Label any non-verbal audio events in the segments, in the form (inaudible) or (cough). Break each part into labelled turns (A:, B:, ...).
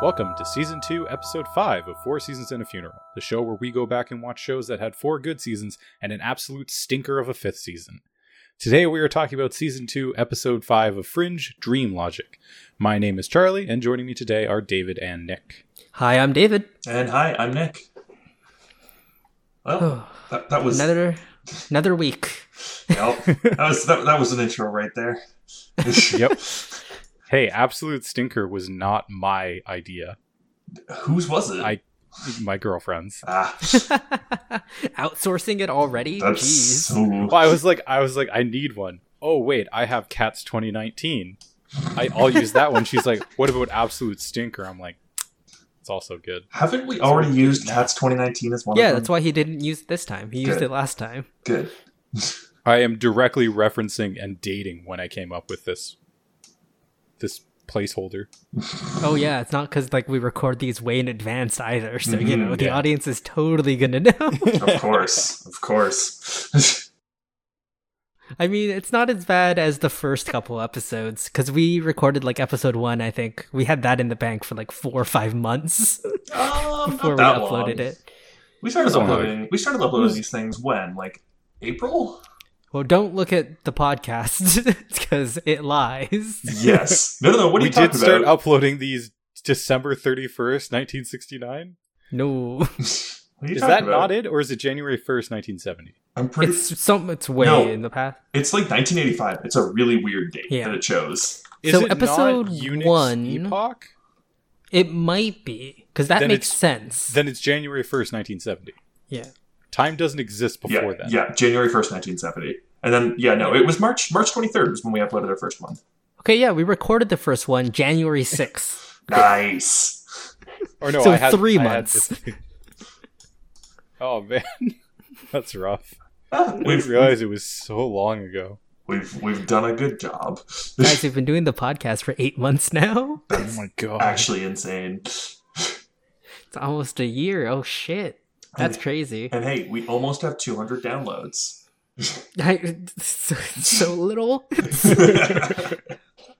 A: Welcome to Season 2, Episode 5 of Four Seasons and a Funeral, the show where we go back and watch shows that had four good seasons and an absolute stinker of a fifth season. Today we are talking about Season 2, Episode 5 of Fringe Dream Logic. My name is Charlie, and joining me today are David and Nick.
B: Hi, I'm David.
C: And hi, I'm Nick. Well, that, that (sighs) was (laughs)
B: Another another week. (laughs)
C: no, that was that, that was an intro right there.
A: (laughs) Yep. hey, Absolute Stinker was not my idea,
C: Whose was it?
A: I- my girlfriend's.
C: ah,
B: Outsourcing it already?
C: that's
B: Jeez.
C: so.
A: Well, I was like, I was like, I need one. Oh wait, I have Cats 2019. I, I'll use that one. She's like, what about Absolute Stinker? I'm like, it's also good.
C: Haven't we already used Cats 2019 as one?
B: Yeah,
C: of
B: that's
C: them?
B: why he didn't use it this time. He used
C: Good.
B: it last time.
C: Good.
A: I am directly referencing and dating when I came up with this this placeholder.
B: Oh yeah, it's not because like we record these way in advance either. So you
C: Mm-hmm.
B: know the
A: yeah.
B: audience is totally gonna (laughs) know.
A: (laughs)
C: Of course, of course.
B: I mean, it's not as bad as the first couple episodes because we recorded like episode one. I think we had that in the bank for like four or five months (laughs)
C: um,
B: before we
C: not that
B: uploaded
C: long.
B: it.
C: We started
A: It was only like-
C: uploading. We started uploading these things when, like,
A: (laughs)
C: April.
B: Well, don't look at the podcast (laughs) because it lies.
C: Yes. No, no, no. What are
A: we
C: you talking
A: did start
C: about?
A: uploading these December 31st, 1969.
B: No,
C: (laughs) What are you
A: Is
C: talking
A: that
C: about?
A: not it or is it January 1st, 1970?
C: I'm pretty.
B: it's some. It's way
C: No.
B: in the past.
C: It's like 1985. It's a really weird date
B: Yeah.
C: that it chose.
A: Is
B: So
A: it not
B: episode
A: Unix
B: one-
A: epoch?
B: It might be because that
A: Then
B: makes
A: it's-
B: sense.
A: Then it's January 1st, 1970.
B: yeah,
A: Time doesn't exist before
C: yeah,
A: that.
C: Yeah, January 1st, 1970. And then, yeah, no, it was March March 23rd was when we uploaded our first one.
B: okay, yeah, we recorded the first one
A: (laughs)
B: January sixth.
C: Nice.
A: Or no,
B: So
A: Oh, I had
B: three
A: I had
B: months.
A: this- oh man, (laughs) that's rough.
C: Ah,
A: I didn't
C: we've,
A: realize it was so long ago.
C: we've, we've done a good job. (laughs)
B: Guys, we've been doing the podcast for eight (laughs) months now.
A: Oh my god!
C: Actually insane.
B: It's almost a year. Oh shit, that's
C: And-
B: crazy. (laughs)
C: And hey, we almost have 200 downloads.
B: I, so, so little. (laughs)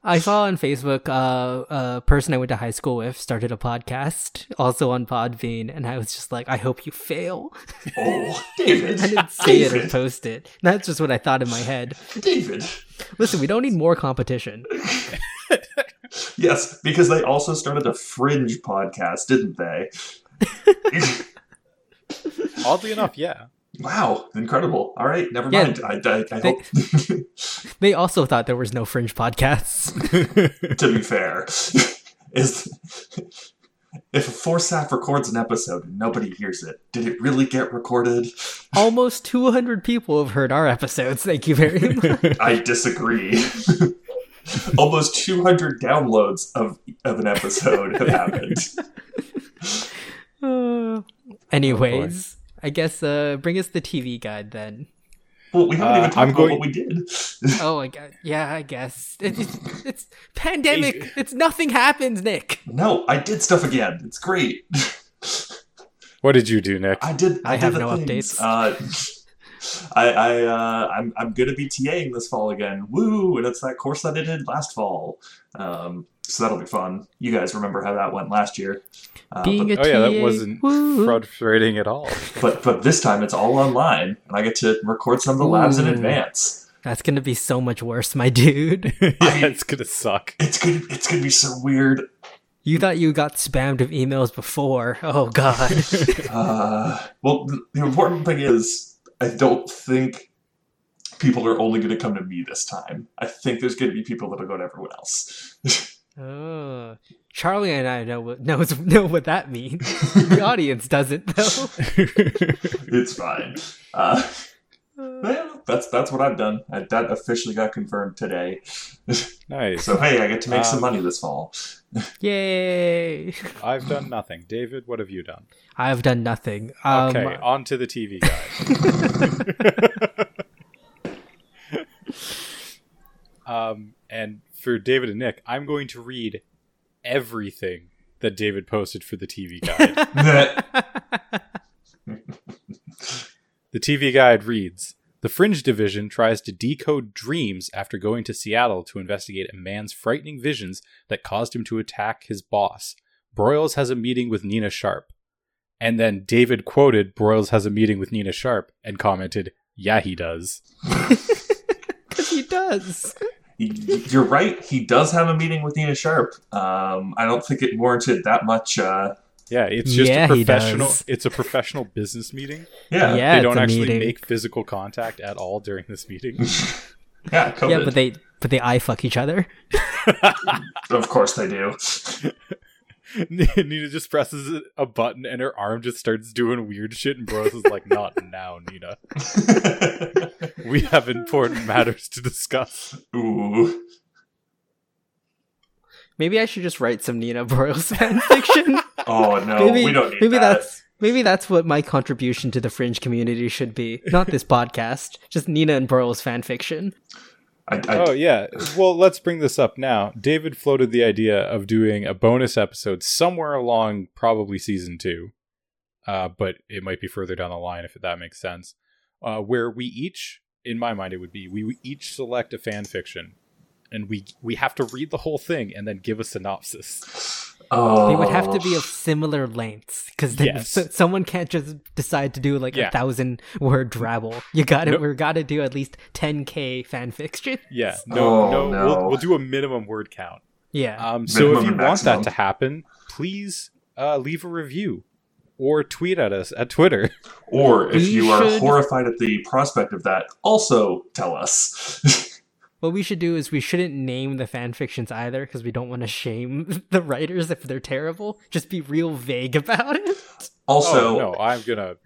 B: I saw on Facebook uh, a person I went to high school with started a podcast, also on Podbean, and I was just like, I hope you fail. (laughs)
C: oh, David.
B: I
A: (laughs)
B: didn't say it or post it. That's just what I thought in my head.
C: David.
B: Listen, we don't need more competition.
C: Yes, because they also started a fringe podcast, didn't they?
B: (laughs)
A: Oddly enough, yeah. (laughs)
C: Wow, incredible. All right, never
B: Yeah.
C: mind. I, I, I
B: They-
C: hope, (laughs)
B: They also thought there was no
A: (laughs)
B: fringe podcasts.
C: to be fair, (laughs) is if a Forsack records an episode and nobody hears it, did it really get recorded?
B: Almost 200 people have heard our episodes. Thank
A: (laughs)
B: you very much.
C: I disagree. (laughs) Almost 200 downloads of, of an episode have happened.
B: Uh, anyways, I guess uh, bring us the TV guide then.
C: Well, we haven't
A: Uh,
C: even talked
A: I'm
C: about
A: going-
C: what we did. (laughs)
B: Oh, I guess. Yeah, I guess. It, it's, it's pandemic. It's nothing happens, Nick.
C: No, I did stuff again. It's great.
A: What did you do, Nick?
C: I did. I,
B: I
C: did
B: have
C: the
B: no
C: things.
B: updates.
C: Uh, I, I, uh, I'm, I'm gonna be TAing this fall again. Woo! And it's that course that I did last fall. Um, so that'll be fun. You guys remember how that went last year? Uh,
B: Being
C: but,
B: a
A: oh yeah, that
B: TA,
A: wasn't
B: woo.
A: frustrating at all.
C: but but this time it's all online, and I get to record some of the labs in
B: Ooh.
C: advance.
B: That's gonna be so much worse, my dude.
A: (laughs) yeah, it's gonna suck.
C: It's gonna it's gonna be so weird.
B: You thought you got spammed of emails before. Oh
A: (laughs)
B: god.
C: Uh, well, th- the important thing is, I don't think people are only gonna come to me this time. I think there's gonna be people that'll go to everyone else. (laughs)
B: oh. Charlie and I know (laughs) what knows know what that means. The audience doesn't though.
C: it's fine. Uh, well, that's that's what I've done. I, that officially got confirmed today.
A: (laughs) nice.
C: So hey, I get to make some
A: Um,
C: money this fall.
B: Yay.
A: I've done nothing. David, what have you done?
B: I've done nothing. Um, (laughs)
A: okay, on to the TV guide. (laughs) um, and for David and Nick, I'm going to read everything that David posted for the TV guide. The TV guide reads The Fringe Division tries to decode dreams after going to Seattle to investigate a man's frightening visions that caused him to attack his boss. Broyles has a meeting with Nina Sharp. And then David quoted Broyles has a meeting with Nina Sharp and commented, Yeah, he does.
B: Because he does.
C: You're right. He does have a meeting with Nina Sharp. Um, I don't think it warranted that much. Uh,
A: Yeah, it's just
B: Yeah,
A: a
B: he
A: professional
B: does.
A: it's a professional business meeting.
C: yeah, (laughs)
B: (laughs)
C: yeah,
B: Yeah,
A: they
B: it's
A: don't
B: a
A: actually
B: meeting.
A: make physical contact at all during this meeting. (laughs)
C: COVID.
B: Yeah, but they but they eye fuck each other.
C: of course they do. (laughs)
A: Nina just presses a button and her arm just starts doing weird shit and Bros is like, not now, Nina. We have important matters to discuss.
C: Ooh,
B: Maybe I should just write some Nina
C: (laughs)
B: Broyles fan fiction.
C: oh
B: (laughs)
C: no,
B: maybe
C: we don't need
B: maybe
C: that.
B: that's maybe that's what my contribution to the fringe community should be. Not
C: (laughs)
B: this podcast, just Nina and Broyles fan fiction.
C: I, I,
A: Oh yeah. Well, let's bring this up now. David floated the idea of doing a bonus episode somewhere along probably season two. Uh, but it might be further down the line if that makes sense. Uh, where we each in my mind it would be we each select a fan fiction and we we have to read the whole thing and then give a synopsis.
C: (laughs) oh.
B: They would have to be of similar lengths because
A: Yes.
B: someone can't just decide to do like
A: Yeah.
B: a thousand word drabble. You got to
A: Nope.
B: We got to do at least 10k fan fiction.
A: (laughs) Yeah. No,
C: Oh,
A: no,
C: no.
A: We'll, we'll do a minimum word count.
B: Yeah.
A: Um, so if
C: Minimum
A: you
C: and
A: want that
C: maximum.
A: to happen, please uh, leave a review or tweet at us at Twitter. (laughs)
C: Or if
B: We
C: you are
B: should-
C: horrified at the prospect of that, also tell us. (laughs)
B: what we should do is we shouldn't name the fan fictions either because we don't want to shame (laughs) the writers if they're terrible. Just be real vague about it.
C: also,
A: oh, no, I'm gonna.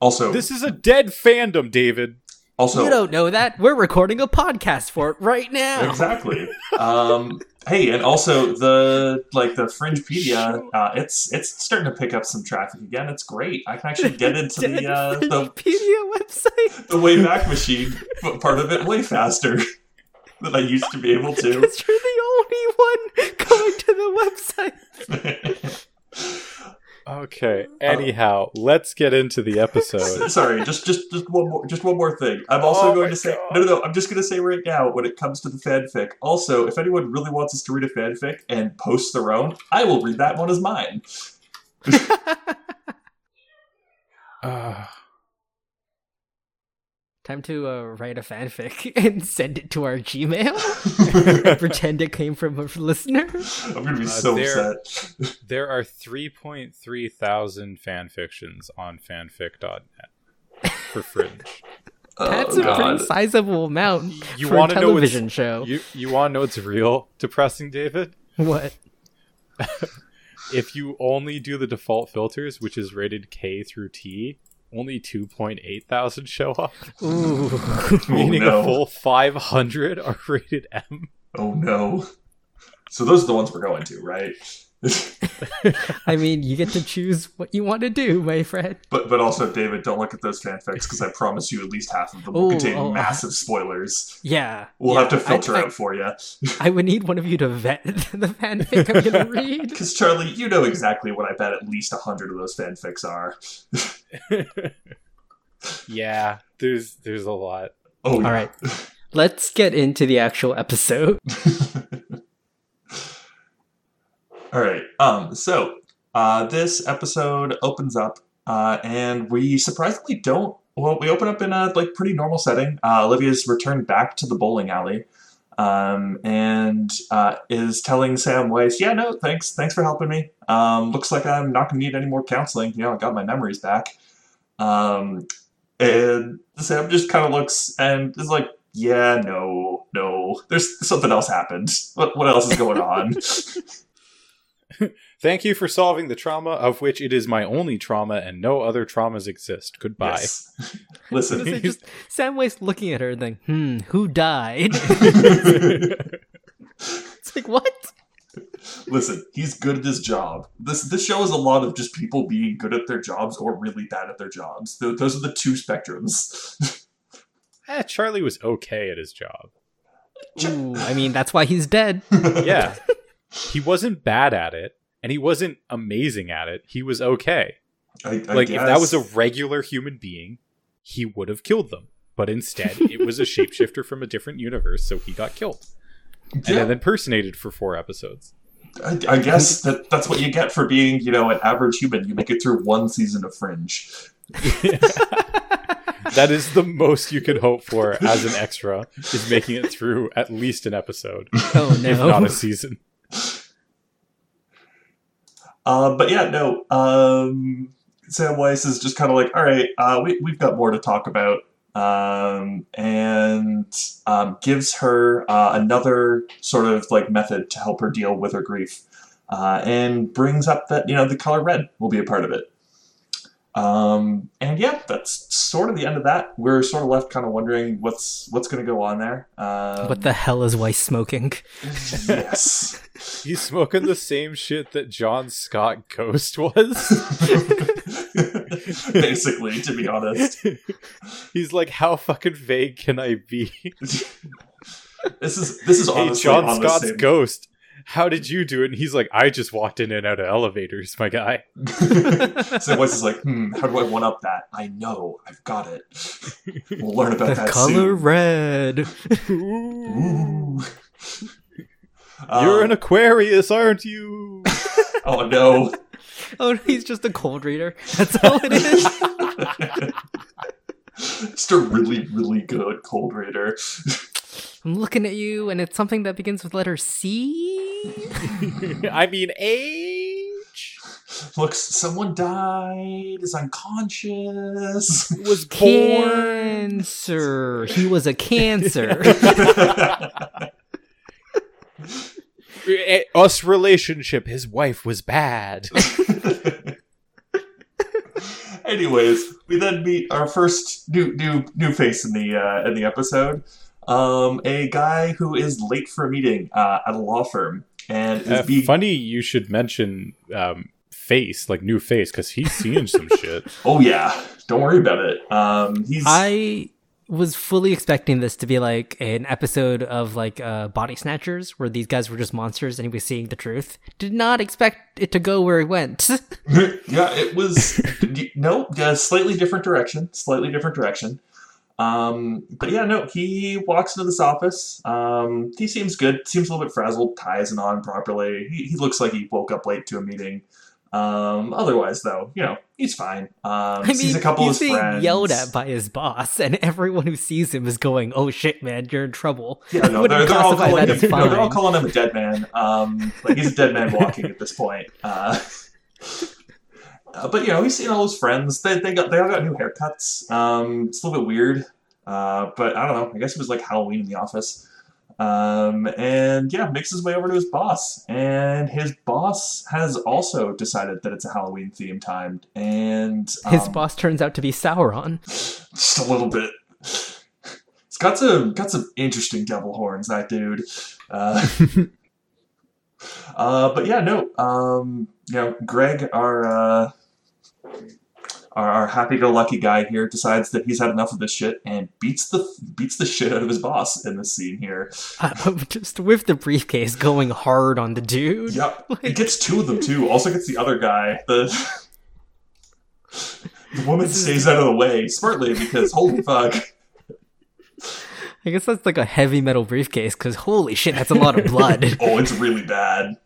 C: also,
A: This is a dead fandom, David.
C: also,
B: you don't know that. We're recording a podcast for it right now.
C: exactly. um, hey, and also the like the Fringepedia, uh, it's it's starting to pick up some traffic again. It's great. I can actually get
A: (laughs)
B: (laughs)
C: into
B: Dead
C: the uh, the,
B: Wikipedia website.
C: the Wayback Machine part of it way faster (laughs) than I used to be able to.
B: (laughs) Because you're the only one going to the website.
A: Okay.
C: Uh,
A: Anyhow, let's get into the episode.
C: (laughs) Sorry, just just just one more just one more thing. I'm also
A: Oh my
C: going to say
A: God.
C: no, no no. I'm just going to say right now when it comes to the fanfic. Also, if anyone really wants us to read a fanfic and post their own, I will read that one as mine. (laughs)
A: Uh,
B: Time to uh, write a fanfic (laughs) and send it to our Gmail.
C: (laughs)
B: Pretend it came from a listener.
C: I'm going to be
A: Uh,
C: so
A: there-
C: upset.
B: (laughs)
A: there are 3.3 thousand fan fictions on fanfic.net for
B: (laughs)
A: Fringe.
B: That's
C: oh
B: a pretty
C: God.
B: sizable amount
A: You
B: for a
A: want to know
B: television
A: what's
B: show.
A: you you want to know what's real depressing, David?
B: What?
A: if you only do the default filters, which is rated K through T, only 2.8 thousand show up,
B: Ooh.
A: meaning
C: no.
A: a full 500 are rated M.
C: Oh no. So those are the ones we're going to, right?
B: I mean, you get to choose what you want to do, my friend.
C: But but also, David, don't look at those fanfics because I promise you at least half of them will
B: Ooh,
C: contain
B: oh, I-
C: massive spoilers.
B: Yeah.
C: We'll
B: yeah,
C: have to
B: I-
C: filter
B: I,
C: out for (laughs) you.
B: I would need one of you to vet (laughs) the fanfic I'm going to read.
C: (laughs) Because Charlie, you know exactly what I bet at least a hundred of those fanfics are.
A: Yeah, there's there's a lot.
C: Oh,
B: All right. Let's get into the actual episode.
C: (laughs) All right. Um, so uh, this episode opens up, uh, and we surprisingly don't. Well, we open up in a like pretty normal setting. Uh, Olivia's returned back to the bowling alley, um, and uh, is telling Samwise, "Yeah, no, thanks, thanks for helping me. Um, looks like I'm not gonna need any more counseling. You know, I got my memories back." Um, and Sam just kind of looks and is like, "Yeah, no, no. There's something else happened. What, what else is going on?"
A: Thank you for solving the trauma of which it is my only trauma and no other traumas exist. Goodbye.
C: Yes. Listen.
B: It's just Samwise looking at her and like, hmm, who died? (laughs)
A: (laughs)
B: It's like, what?
C: Listen, he's good at his job. This this show is a lot of just people being good at their jobs or really bad at their jobs. Th- those are the two spectrums. (laughs)
A: Eh, Charlie was okay at his job.
B: Ooh, I mean, that's why he's dead.
A: (laughs) Yeah. he wasn't bad at it and he wasn't amazing at it. He was okay.
C: I, I
A: like if that was a
C: guess.
A: regular human being, he would have killed them. But instead, it was a shapeshifter from a different universe, so he got killed and
C: Yeah.
A: then impersonated for four episodes.
C: I, I guess that that's what you get for being, you know, an average human. You make it through one season of Fringe.
A: that is the most you could hope for as an extra is making it through at least an episode, (laughs)
B: Oh
A: if not
B: no.
A: a season.
C: Uh, but yeah, no. Um, Sam Weiss is just kind of like, all right, uh, we, we've got more to talk about. Um, and um, gives her uh, another sort of like method to help her deal with her grief. Uh, and brings up that, you know, the color red will be a part of it. Um, and yeah, that's sort of the end of that. We're sort of left kind of wondering what's what's going to go on there.
B: (laughs)
C: Um,
B: What the hell is Weiss smoking?
C: (laughs) Yes.
A: He's smoking the same shit that John Scott Ghost was. (laughs)
C: (laughs) Basically, to be honest.
A: He's like, how fucking vague can I be?
C: This is this is
A: hey,
C: honestly
A: John
C: on the
A: Scott's
C: same-
A: Ghost. How did you do it? And he's like, I just walked in and out of elevators, my guy.
C: (laughs) so Wes is like, hmm, how do I one up that? I know, I've got it. We'll learn about
B: The
C: that
B: color
C: soon.
B: red.
A: Ooh.
C: Ooh.
A: You're
C: Um,
A: an Aquarius, aren't you?
C: (laughs) oh no. (laughs)
B: Oh, he's just a cold reader. That's all it is.
A: (laughs)
C: Just a really, really good cold reader.
B: I'm looking at you, and it's something that begins with letter C.
A: (laughs) I mean, age
C: Looks, someone died, is unconscious. (laughs)
A: was born.
B: Cancer. He
A: (laughs)
B: was a cancer.
A: Eh, Us relationship. His wife was bad.
C: Anyways, we then meet our first new new new face in the uh, in the episode, um, a guy who is late for a meeting uh, at a law firm and is
A: Uh,
C: being
A: funny you should mention um, face, like new face, because he's seen (laughs) some shit.
C: oh yeah, don't worry about it. Um, he's
B: I was fully expecting this to be like an episode of like uh, Body Snatchers, where these guys were just monsters and he was seeing the truth. Did not expect it to go where it went. (laughs)
C: (laughs) yeah, it was no uh, slightly different direction, slightly different direction. Um, but yeah, no, he walks into this office. Um, he seems good, seems a little bit frazzled, ties and on properly. He, he looks like he woke up late to a meeting. Um, otherwise, though, you know, he's fine. Um,
B: I
C: sees
B: mean,
C: a couple
B: he's
C: of his
B: being
C: friends.
B: yelled at by his boss, and everyone who sees him is going, "Oh shit, man, you're in trouble."
C: Yeah, no,
B: Wouldn't
C: they're, they're all
B: classify
C: calling
B: that
C: him,
B: as
C: no, they're all
B: fine.
C: calling him a dead man. Um, like he's a dead man walking at this point. Uh, uh, but you know, he's seen all his friends. They they got they all got new haircuts. Um, it's a little bit weird. Uh, but I don't know. I guess it was like Halloween in the office. Um, and yeah, makes his way over to his boss, and his boss has also decided that it's a Halloween theme timed. And um,
B: His boss turns out to be Sauron. (laughs)
C: just a little bit. He's got some got some interesting devil horns, that dude. Uh, uh, but yeah, no. Um, you know, Greg, our uh, our, our happy-go-lucky guy here, decides that he's had enough of this shit and beats the beats the shit out of his boss in this scene here.
B: Uh, just with the briefcase going hard on the dude.
C: Yep, it gets two of them too. Also gets the other guy. The (laughs) the woman stays out of the way smartly because holy fuck.
B: I guess that's like a heavy metal briefcase because holy shit, that's a lot
C: (laughs)
B: of blood.
C: oh, it's really bad.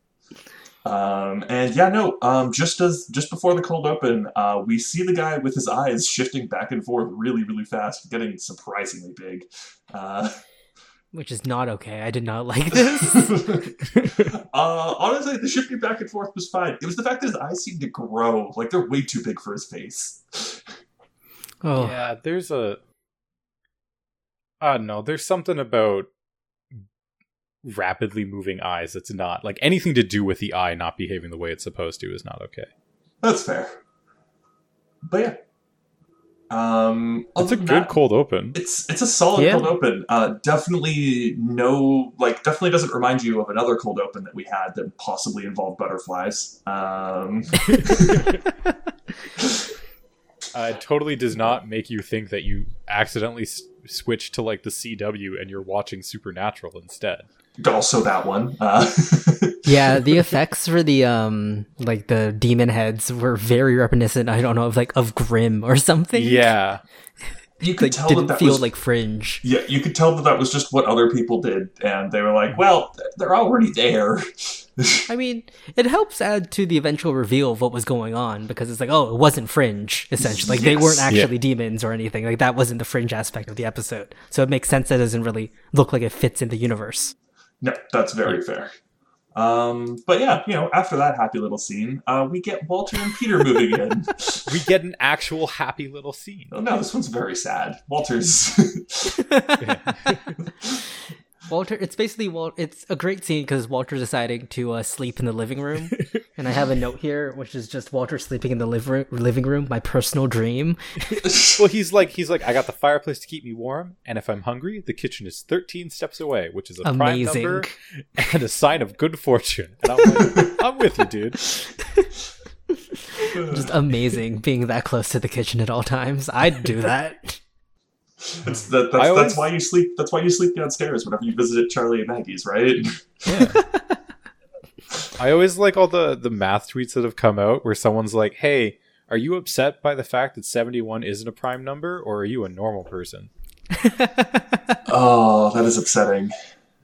C: (laughs) um, and yeah, no. Um, just as just before the cold open, uh, we see the guy with his eyes shifting back and forth really, really fast, getting surprisingly big. Uh, (laughs)
B: Which is not okay. I did not like this.
C: (laughs) uh, honestly, the shifting back and forth was fine. It was the fact that his eyes seemed to grow, like they're way too big for his face.
B: Oh,
A: Yeah, there's a. I don't know. There's something about rapidly moving eyes that's not like anything to do with the eye not behaving the way it's supposed to is not okay.
C: That's fair. But yeah. Um,
A: It's a
C: other than
A: good
C: that-
A: cold open.
C: It's it's a solid
B: Yeah.
C: cold open. Uh, definitely no, like definitely doesn't remind you of another cold open that we had that possibly involved butterflies. Um, (laughs)
A: Uh, it totally does not make you think that you accidentally s- switch to like the CW and you're watching Supernatural instead.
C: also that one. Uh, (laughs)
B: yeah. The effects for the um, like the demon heads were very reminiscent. I don't know of like of Grimm or something.
A: Yeah.
C: you could
B: like
C: tell that
B: didn't
C: that
B: feel
C: was
B: like fringe.
C: yeah, you could tell that that was just what other people did, and they were like, "Well, th- they're already there." (laughs)
B: I mean, it helps add to the eventual reveal of what was going on because it's like, oh, it wasn't fringe, essentially. Like, they weren't
C: Yes.
A: Yeah.
B: actually demons or anything. Like, that wasn't the fringe aspect of the episode. So it makes sense that it doesn't really look like it fits in the universe.
C: No, that's very fair. Um, but yeah, you know, after that happy little scene, uh, we get Walter and Peter
B: (laughs)
C: moving in.
A: We get an actual happy little scene.
C: oh, no, this one's very sad. Walter's. (laughs)
B: (laughs) Walter, it's basically Wal- it's a great scene because Walter's deciding to uh, sleep in the living room, and I have a note here which is just Walter sleeping in the liv- living room, my personal dream.
A: Well, he's like he's like I got the fireplace to keep me warm, and if I'm hungry, the kitchen is 13 steps away, which is a prime
B: Amazing.
A: number and a sign of good fortune. And I'm like, I'm with you, dude.
B: (laughs) Just amazing being that close to the kitchen at all times. I'd do that.
C: that's, that, that's,
A: I always-
C: that's why you sleep. That's why you sleep downstairs whenever you visit Charlie and Maggie's, right?
A: I always like all the the math tweets that have come out where someone's like, "Hey, are you upset by the fact that 71 isn't a prime number, or are you a normal person?"
C: oh, that is upsetting.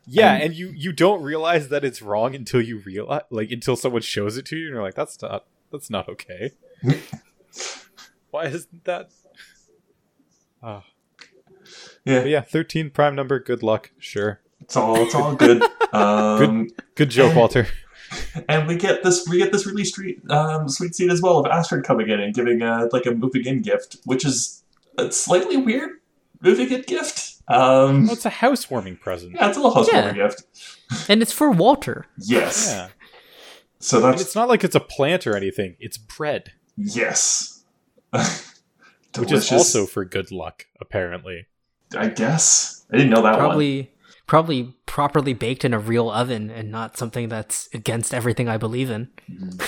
A: Yeah,
C: Um,
A: and you you don't realize that it's wrong until you realize, like, until someone shows it to you, and you're like, "That's not that's not (laughs) okay." Why isn't that? Oh,
C: Yeah,
A: but yeah, 13 prime number. Good luck. Sure,
C: it's all it's all good. Um,
A: good joke, Walter.
C: and we get this we get this really street um, sweet scene as well of Astrid coming in and giving uh like a moving in gift, which is a slightly weird moving in gift. Um,
A: (laughs) Well, it's a housewarming present.
C: yeah, it's a little housewarming gift.
B: and it's for Walter.
C: Yes.
A: Yeah,
C: So
A: and
C: that's
A: it's not like it's a plant or anything. It's bread,
C: yes. (laughs)
A: which
C: Delicious.
A: is also for good luck, apparently.
C: I guess I didn't know that one.
B: probably probably properly baked in a real oven and not something that's against everything I believe in.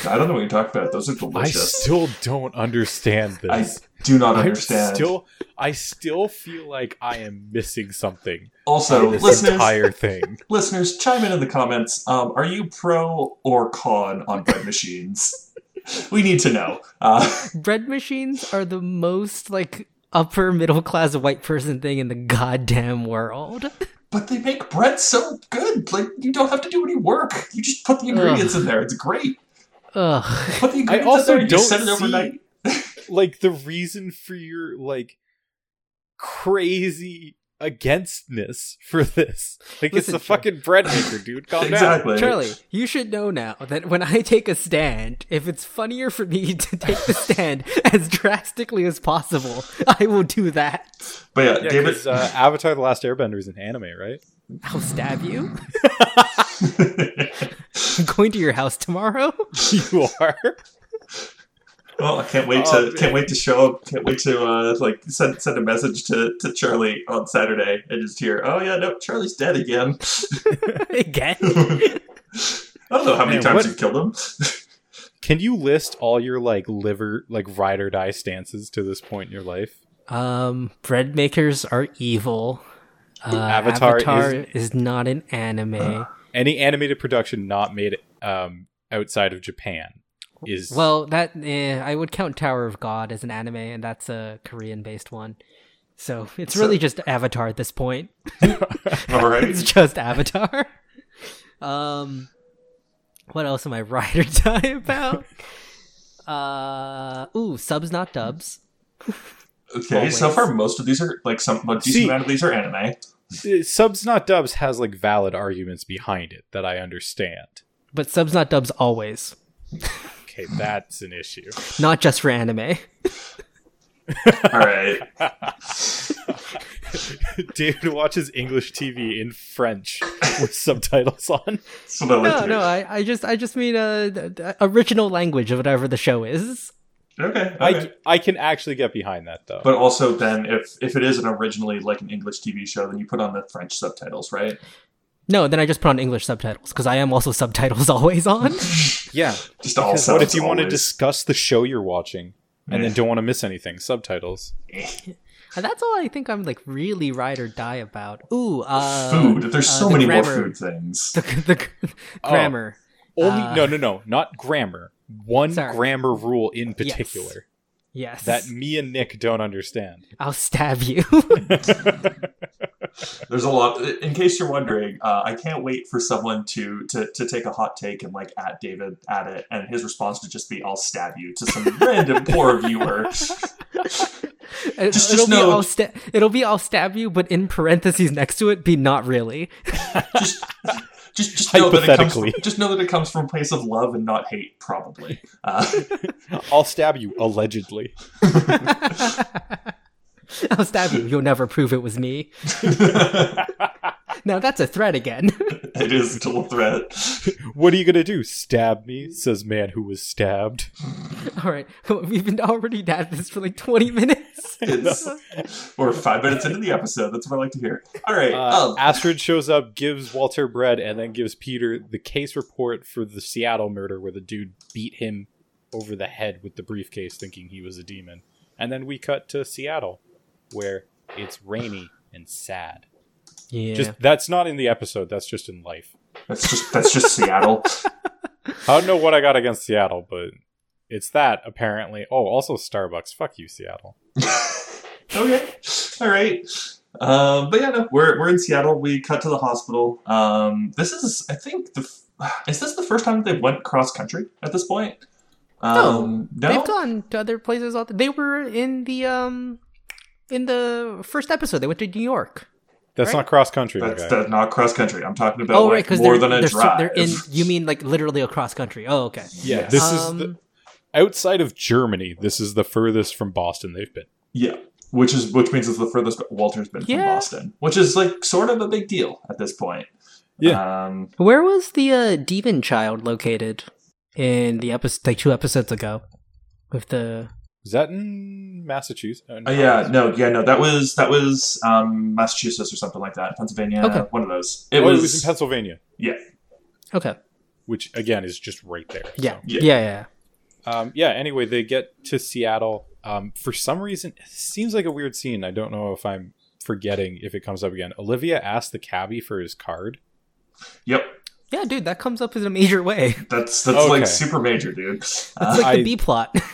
C: I don't know what you're talking about. Those
A: I
C: are delicious.
A: still don't understand this.
C: I do not
A: I'm
C: understand.
A: still, I still feel like I am missing something.
C: also,
A: in this
C: listeners,
A: entire thing.
C: listeners, chime in in the comments. Um, are you pro or con on
A: (laughs)
C: bread machines? We need to know. Uh,
B: Bread machines are the most like upper middle class white person thing in the goddamn world.
C: but they make bread so good. Like you don't have to do any work. You just put the ingredients in there. It's great.
B: Ugh.
C: Put the ingredients
A: also
C: in there. You
A: don't
C: set it
A: see-
C: overnight.
A: like the reason for your like crazy againstness for this. Like
B: Listen,
A: it's a
B: Joe.
A: fucking bread maker, dude. Calm down.
C: (laughs) exactly.
B: Charlie, you should know now that when I take a stand, if it's funnier for me (laughs) to take the stand as drastically as possible, I will do that.
C: But yeah,
A: Yeah,
C: David.
A: 'cause, uh, Avatar: The Last Airbender is an anime, right? (laughs)
B: I'll stab you. (laughs) I'm going to your house tomorrow. (laughs)
A: You are.
C: (laughs) Well, I can't wait to
A: Oh, man.
C: can't wait to show up. Can't wait to uh, like send send a message to, to Charlie on Saturday and just hear, oh yeah, no, Charlie's dead again.
B: Again.
C: I don't know how many
A: Man,
C: times
A: what-
C: you've killed him. (laughs)
A: Can you list all your like liver, like ride or die stances to this point in your life?
B: Um, bread makers are evil. Uh,
A: Avatar
B: Avatar,
A: is-
B: is... not an anime. (gasps)
A: Any animated production not made um, outside of Japan is
B: well, that eh, I would count Tower of God as an anime, and that's a Korean-based one. So it's really just Avatar at this (laughs) point.
A: (laughs)
C: All right.
B: It's just Avatar. (laughs) Um, what else am I ride (laughs) or die about? Uh, ooh, subs not dubs.
C: Okay. So
B: Always.
C: far, most of these are like some a decent
A: See-
C: amount of these
A: (laughs)
C: are anime.
A: Uh, subs not dubs has like valid arguments behind it that I understand.
B: But subs not dubs always,
A: Okay, that's an issue. (laughs)
B: not just for anime.
C: All right.
A: David watches English TV in French with subtitles on.
C: So no,
B: No, no, I, I just, I just mean uh, the- the original language of whatever the show is.
C: okay. okay.
A: I, I can actually get behind that though.
C: But also, then if if it is an originally like an English TV show, then you put on the French subtitles, right?
B: No, then I just put on English subtitles because I am also (laughs) subtitles always on.
A: yeah,
C: Just all.
A: because what if
C: subs
A: you want to
C: always.
A: discuss the show you're watching and then
C: Eh.
A: don't want to miss anything? Subtitles.
B: and (laughs) that's all I think I'm like really ride or die about. Ooh, uh,
C: food? There's so
B: uh, the
C: many more
B: grammar.
C: food things.
B: The, the grammar.
A: Only
B: Uh,
A: no, no, no, not grammar. One
B: Sorry.
A: grammar rule in
B: Yes.
A: particular.
B: Yes.
A: that me and Nick don't understand.
B: I'll stab you.
C: There's a lot. In case you're wondering, uh, I can't wait for someone to, to to take a hot take and like at David at it, and his response to just be "I'll stab you" to some random poor viewer.
B: It-
C: (laughs) Just-
B: it'll
C: just
B: be
C: know-
B: I'll sta- it'll be I'll stab you, but in parentheses next to it, be not really.
C: (laughs)
B: (laughs)
C: Just. Just, just, know that it comes from,
A: Hypothetically.
C: just know that it comes from a place of love and not hate, probably. Uh, (laughs)
A: I'll stab you, allegedly.
B: I'll stab you. You'll never prove it was me.
C: it
B: Now that's a threat again.
C: is still a threat.
A: What are you gonna do? Stab me? Says man who was stabbed.
B: (laughs) All right, we've been already at this for like twenty minutes. (laughs)
A: (laughs)
C: It's, We're five minutes into the episode. That's what I like to hear. All right.
A: Uh,
B: Oh.
C: um,
A: Astrid shows up, gives Walter bread, and then gives Peter the case report for the Seattle murder, where the dude beat him over the head with the briefcase, thinking he was a demon. And then we cut to Seattle, where it's rainy and sad.
B: Yeah.
A: Just that's not in the episode. That's just in life.
C: that's just that's just Seattle.
A: I don't know what I got against Seattle, but it's that apparently. Oh, also Starbucks. Fuck you, Seattle.
C: okay. All right. Um, but yeah, no, we're we're in Seattle. We cut to the hospital. Um, this is, I think, the f- is this the first time they went cross country at this point? Um,
B: Oh, They've gone to other places. All the- they were in the um, in the first episode. They went to New York.
A: That's
B: Right.
A: not cross country. my
C: that's
A: guy.
C: that's not cross country. I'm talking about like more
B: Oh, they're,
C: than a
B: they're, so-
C: drive.
B: they're in. You mean like literally across country? Oh, okay.
A: yeah,
C: Yes.
A: this is
B: Um,
A: the, outside of Germany. This is the furthest from Boston they've been.
C: yeah, which is which means it's the furthest Walter's been from
B: Yeah.
C: Boston, which is like sort of a big deal at this point.
A: Yeah.
C: Um,
B: Where was the uh, demon child located in the episode, like two episodes ago, with the
A: Is that in Massachusetts? Uh,
C: Oh yeah, no, yeah, no. That was that was um, Massachusetts or something like that, Pennsylvania,
B: Okay.
C: one of those.
A: Oh,
C: It was,
A: in Pennsylvania,
C: yeah,
B: okay,
A: which again is just right there.
B: yeah,
C: Yeah.
B: yeah, yeah,
A: So, um, yeah. Anyway, they get to Seattle. Um, for some reason, it seems like a weird scene. I don't know if I'm forgetting if it comes up again. Olivia asked the cabbie for his card.
C: yep.
B: yeah, dude, that comes up in a major way. (laughs)
C: That's that's
A: Okay.
C: like super major, dude.
B: It's
C: Uh,
B: like
A: I-
B: the B plot. (laughs)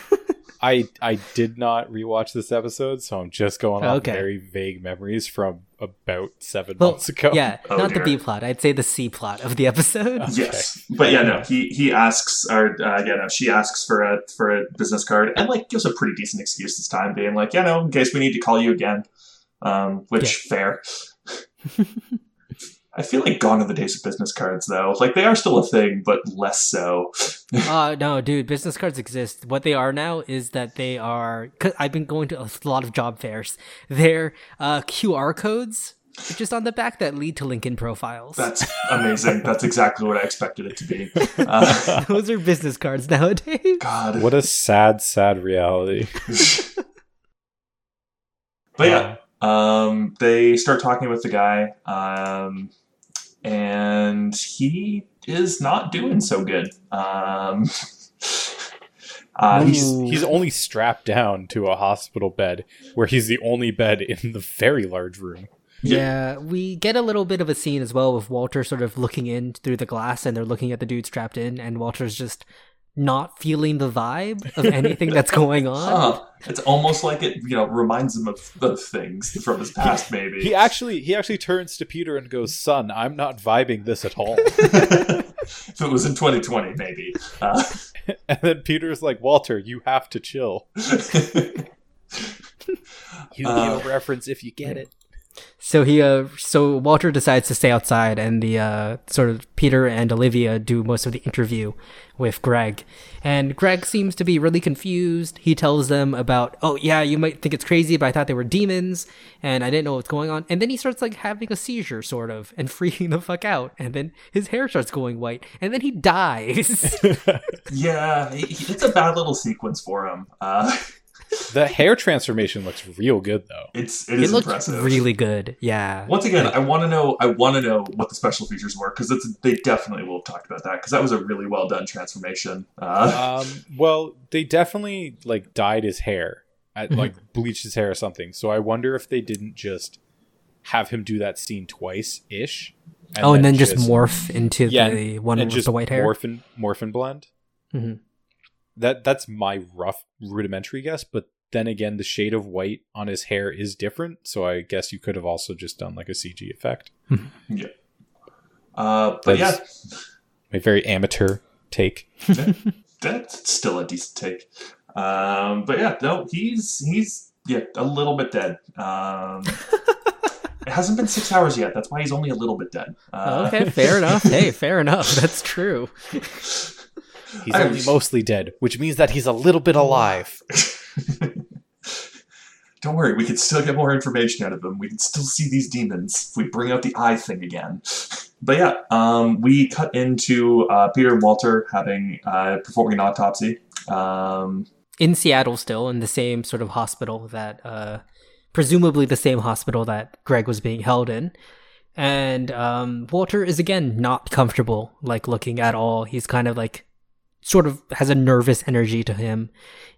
A: I I did not rewatch this episode, so I'm just going off
B: Okay.
A: very vague memories from about seven
B: Well,
A: months ago.
B: yeah,
C: Oh,
B: not
C: dear.
B: the B plot. I'd say the C plot of the episode.
A: Oh.
C: Yes, but yeah, no.
A: Okay.
C: He he asks, or uh, yeah, no. She asks for a for a business card, and like gives a pretty decent excuse this time, being like, yeah, no, in case we need to call you again, um, which fair. I feel like gone are the days of business cards, though. Like they are still a thing, but less so.
B: uh no, dude, business cards exist. What they are now is that they are. Cause I've been going to a lot of job fairs. They're uh, QR codes just on the back that lead to LinkedIn profiles.
C: That's amazing. That's exactly what I expected it to be. Uh,
B: (laughs) Those are business cards nowadays.
C: (laughs)
A: (laughs)
C: God.
A: What a sad, sad reality.
C: But yeah, um, they start talking with the guy, um, and he is not doing so good. Um, (laughs) uh, he's,
B: Ooh.
A: He's only strapped down to a hospital bed where he's the only bed in the very large room.
B: Yeah, we get a little bit of a scene as well with Walter sort of looking in through the glass and they're looking at the dude strapped in and Walter's just not feeling the vibe of anything that's going
C: (laughs)
B: on.
C: huh, it's almost like it, you know, reminds him of, of things from his past, maybe.
A: He actually he actually turns to Peter and goes, "Son, I'm not vibing this at (laughs) all."
C: (laughs) if it was in 2020, maybe. (laughs) Uh,
A: and then Peter's like, "Walter, you have to chill." You
C: Uh,
A: need a reference if you get it.
B: So he uh so Walter decides to stay outside and the uh sort of Peter and Olivia do most of the interview with Greg. And Greg seems to be really confused. He tells them about, "Oh yeah, you might think it's crazy, but I thought they were demons and I didn't know what's going on." And then he starts like having a seizure sort of and (laughs) freaking the fuck out. And then his hair starts going white and then he dies.
C: (laughs) yeah, he- he- it's a bad little sequence for him. Uh, (laughs)
A: The hair transformation looks real good though.
C: it's it
B: it
C: is
B: looks
C: impressive.
B: really good. Yeah.
C: Once again, I want to know. I want to know what the special features were because it's they definitely will have talked about that because that was a really well done transformation. Uh,
A: um, well, they definitely like dyed his hair,
B: Mm-hmm.
A: at, like bleached his hair or something. So I wonder if they didn't just have him do that scene twice ish.
B: oh, and then just, morph into the one
A: and
B: with
A: just
B: the white hair.
A: morph and morph and blend.
B: Mhm.
A: that that's my rough rudimentary guess, but then again the shade of white on his hair is different, so I guess you could have also just done like a CG effect.
C: Yeah. Uh, but
A: That's- My very amateur take.
C: yeah, that's still a decent take. Um, but yeah, no, he's he's yeah a little bit dead.
B: (laughs)
C: Um, it hasn't been six hours yet. That's why he's only a little bit dead. Uh,
B: Oh, okay,
C: (laughs)
B: fair enough. Hey, fair enough. (laughs) That's true.
A: He's
C: I
A: only
C: was-
A: mostly dead, which means that he's a little bit alive.
C: (laughs) Don't worry, we can still get more information out of them. We can still see these demons if we bring out the eye thing again. (laughs) But yeah, um, we cut into uh, Peter and Walter having uh, performing an autopsy. Um,
B: In Seattle, still in the same sort of hospital that, uh, presumably the same hospital that Greg was being held in. And um, Walter is again not comfortable, like looking at all. He's kind of like, sort of has a nervous energy to him,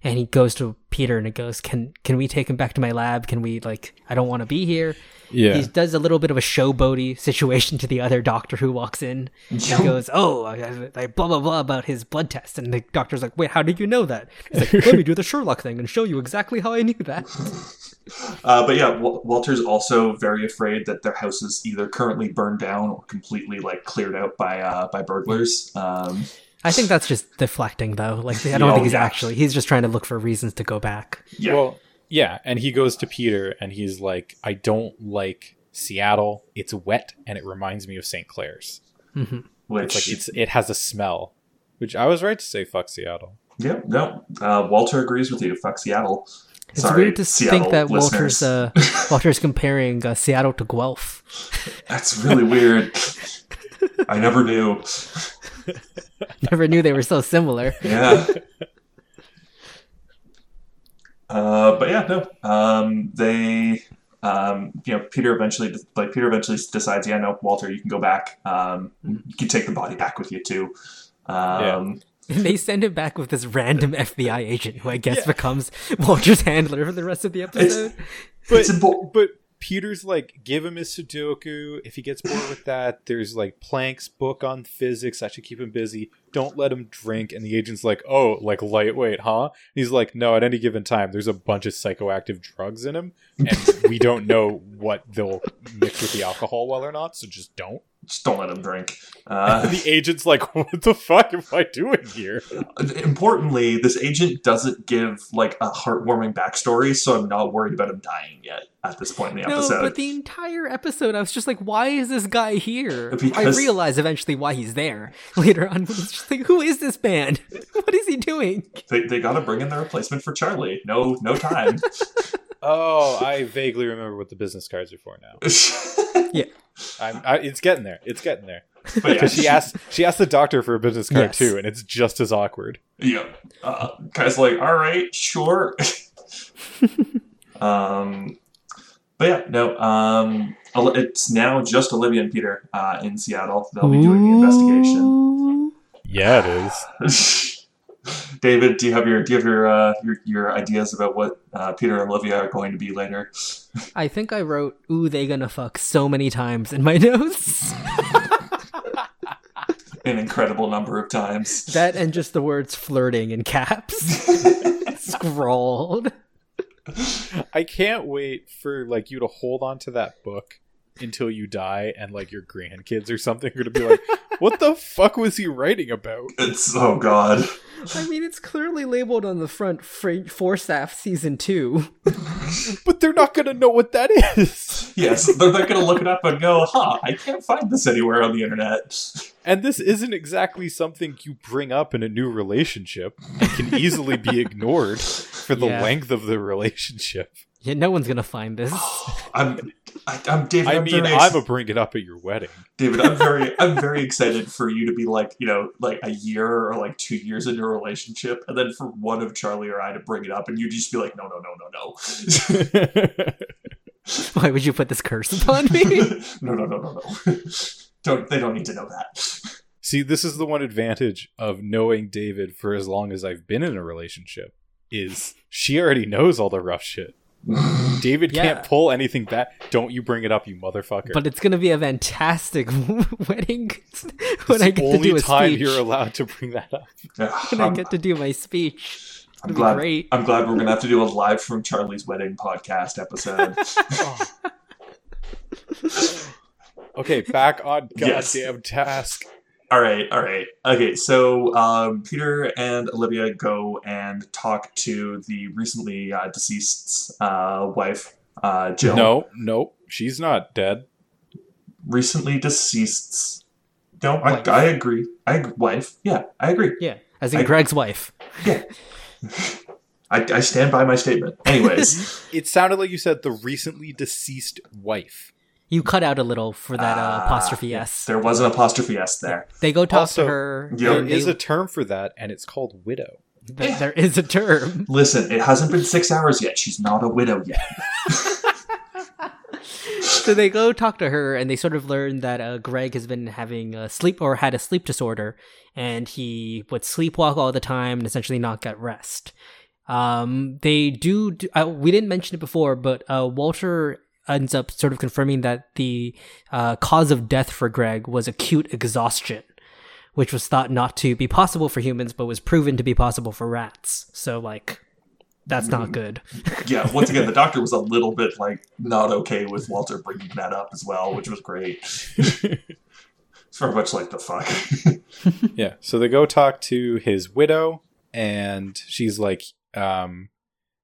B: and he goes to Peter and he goes, "Can can we take him back to my lab? Can we like? I don't want to be here."
A: Yeah.
B: He does a little bit of a showboaty situation to the other doctor who walks in. He goes, "Oh, I, I- I blah blah blah about his blood test," and the doctor's like, "Wait, how did you know that?" He's like, "Let me do the Sherlock thing and show you exactly how I knew that."
C: (laughs) Uh, but yeah, Wal Walter's also very afraid that their house is either currently burned down or completely like cleared out by uh, by burglars. Um,
B: I think that's just deflecting, though. Like, I don't
C: Yeah,
B: think he's
C: Oh, yeah.
B: actually. He's just trying to look for reasons to go back.
C: yeah,
A: Well, yeah, and he goes to Peter and he's like, I don't like Seattle. It's wet and it reminds me of St. Clair's. It's
B: Mm-hmm.
C: which
A: like it's it has a smell. Which I was right to say fuck Seattle.
C: yeah, no. Uh, Walter agrees with you. Fuck Seattle.
B: It's
C: Sorry,
B: weird to
C: Seattle
B: think that Walter's
C: listeners.
B: uh,
C: (laughs)
B: Walter's comparing uh, Seattle to Guelph.
C: That's really
B: (laughs)
C: weird. I never knew.
B: Never knew they were so similar.
C: Yeah. Uh, but yeah, no. Um, they, um, you know, Peter eventually, like Peter eventually decides, yeah, no, Walter, you can go back. Um, you can take the body back with you too. Um,
B: And they send him back with this random FBI agent who I guess becomes Walter's handler for the rest of the episode.
A: But
C: It's important.
A: but Peter's like, give him his Sudoku. If he gets bored with that, there's like Planck's book on physics. That should keep him busy. Don't let him drink. And the agent's like, oh, like lightweight, huh? And he's like, no, at any given time, there's a bunch of psychoactive drugs in him. And we don't know what they'll mix with the alcohol well or not. So just don't.
C: Just don't let him drink.
A: And
C: Uh, (laughs)
A: the agent's like, (laughs) what the fuck am I doing here?
C: importantly, this agent doesn't give like a heartwarming backstory, so I'm not worried about him dying yet at this point in the
B: No,
C: episode.
B: but the entire episode, I was just like, why is this guy
C: (laughs)
B: here?
C: Because-
B: I realize eventually why he's there (laughs) later on. It's just like, who is this man? (laughs) What is he doing?
C: they, they got to bring in the replacement for Charlie. No, no time.
A: Oh, I vaguely remember what the business cards are for now.
C: but
A: I'm, I, it's getting there. It's getting there.
C: yeah, (laughs)
A: Because she asked, she asked the doctor for a business card
B: Yes.
A: too, and it's just as awkward.
C: Yeah. Uh, guy's like, all right, sure. (laughs) um, but yeah, no. Um, Oli- it's now just Olivia and Peter uh, in Seattle. They'll be doing the investigation. (laughs)
A: Yeah, it is.
C: David, do you have your do you have your uh, your, your ideas about what uh, Peter and Olivia are going to be later?
B: I think I wrote, ooh, they gonna fuck so many times in my (laughs) notes.
C: An incredible number of times. (laughs)
B: that and just the words flirting in caps (laughs) scrawled.
A: I can't wait for like you to hold on to that book until you die, and like your grandkids or something are gonna be like, "What the fuck was he writing about?"
C: It's oh god.
B: I mean, it's clearly labeled on the front Fra- Forsath Season 2.
A: But they're not gonna know what that is.
C: Yes, (laughs) they're not going to look it up and go, "Huh, I can't find this anywhere on the internet." (sighs)
A: And this isn't exactly something you bring up in a new relationship. It can easily be ignored for the
B: Yeah.
A: length of the relationship.
B: (laughs) Yeah, no one's gonna find this. (laughs)
C: I'm, I, I'm David.
A: I
C: I'm
A: mean,
C: very
A: I'm a bring it up at your wedding.
C: David, I'm very, I'm very excited for you to be like, you know, like a year or like two years into a relationship, and then for one of Charlie or I to bring it up, and you just be like, no, no, no, no, no, (laughs)
B: Why would you put this curse upon
C: (laughs)
B: me?
C: no, no, no, no, no. (laughs) Don't they don't need to know that. (sighs)
A: See, this is the one advantage of knowing David for as long as I've been in a relationship is she already knows all the rough shit. David
B: Yeah.
A: can't pull anything back. Don't you bring it up, you motherfucker.
B: But it's gonna be a fantastic (laughs) wedding
A: It's
B: (laughs) when I
A: the
B: get to do
A: only
B: a
A: time
B: speech.
A: you're allowed to bring that up.
C: Ugh,
B: (laughs) when I
C: I'm,
B: get to do my speech.
C: I'm
B: be
C: glad.
B: great.
C: (laughs)
B: (laughs)
C: I'm glad we're gonna have to do a live from Charlie's wedding podcast episode.
A: Okay, back on
C: (laughs) Yes.
A: goddamn task.
C: All right, all right. Okay, so um, Peter and Olivia go and talk to the recently uh, deceased's uh, wife, uh, Jill.
A: No, no, she's not dead.
C: Recently deceased's. No, I,
B: Wife.
C: I agree. I ag- wife. Yeah, I agree.
B: Yeah, as in
C: I-
B: Greg's wife.
C: I, I stand by my statement.
A: (laughs)
C: Anyways,
A: It sounded like you said the recently deceased wife.
B: You cut out a little for that uh,
C: Ah,
B: apostrophe s.
C: there was an apostrophe s there.
B: They go talk
A: Also,
B: to her.
C: Yeah.
A: There
B: and they-
A: is a term for that, and it's called widow.
B: th- (laughs) there is a term.
C: Listen, it hasn't been six hours yet. She's not a widow yet.
B: (laughs) so they go talk to her, and they sort of learn that uh, Greg has been having a sleep or had a sleep disorder, and he would sleepwalk all the time and essentially not get rest. Um, they do. do uh, we didn't mention it before, but uh, Walter ends up sort of confirming that the uh, cause of death for Greg was acute exhaustion. Which was thought not to be possible for humans, but was proven to be possible for rats. So, like, that's not good.
C: yeah, once again, the doctor was a little bit like not okay with Walter bringing that up as well, which was great. it's very much like the fuck. (laughs)
A: Yeah. So they go talk to his widow, and she's like, um,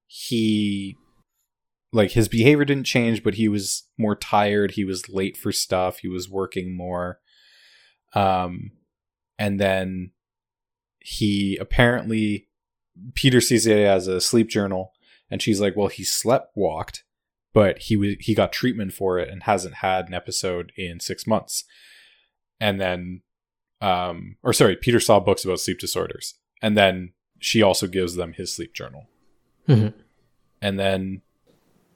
A: he, like, his behavior didn't change, but he was more tired. He was late for stuff. He was working more. Um, and then he apparently, Peter sees it as a sleep journal, and she's like, well, he slept walked, but he was he got treatment for it and hasn't had an episode in six months. And then um, or sorry, Peter saw books about sleep disorders, and then she also gives them his sleep journal,
B: Mhm.
A: and then,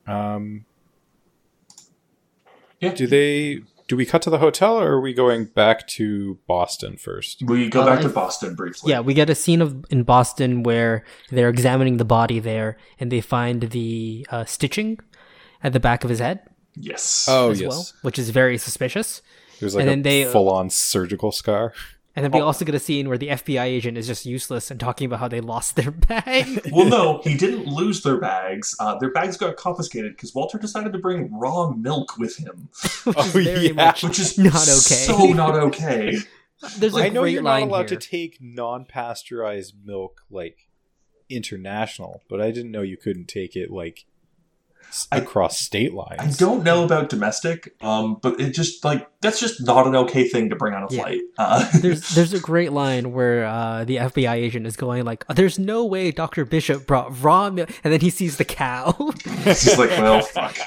A: um,
C: Yeah.
A: do they? Do we cut to the hotel, or are we going back to Boston first?
C: We go
B: Uh,
C: back to
B: if-
C: Boston briefly.
B: Yeah, we get a scene of in Boston where they're examining the body there, and they find the uh, stitching at the back of his head
C: Yes.
A: Oh
B: as
A: yes,
B: well, which is very suspicious.
A: there's like
B: And
A: a
B: then they, uh,
A: full-on surgical scar. Oh.
B: And then we also get a scene where the FBI agent is just useless and talking about how they lost their (laughs) bag.
A: (laughs)
C: well, no, he didn't lose their bags. Uh, their bags got confiscated because Walter decided to bring raw milk with him,
A: oh
B: very much-
C: which
B: (laughs)
C: is
B: Not okay.
C: So not okay.
B: There's a
A: I know
B: great
A: you're not
B: line
A: allowed
B: here.
A: to take non-pasteurized milk like international, but I didn't know you couldn't take it like s-
C: I-
A: across state lines.
B: (laughs)
C: I don't know about domestic, um, but it just like that's just not an okay thing to bring on a
B: Yeah. (laughs)
C: flight. Uh,
B: (laughs)
C: (laughs)
B: there's there's a great line where uh, the FBI agent is going like, "There's no way Dr. Bishop brought raw milk," and then he sees the cow. (laughs)
C: it's just like, well, fuck.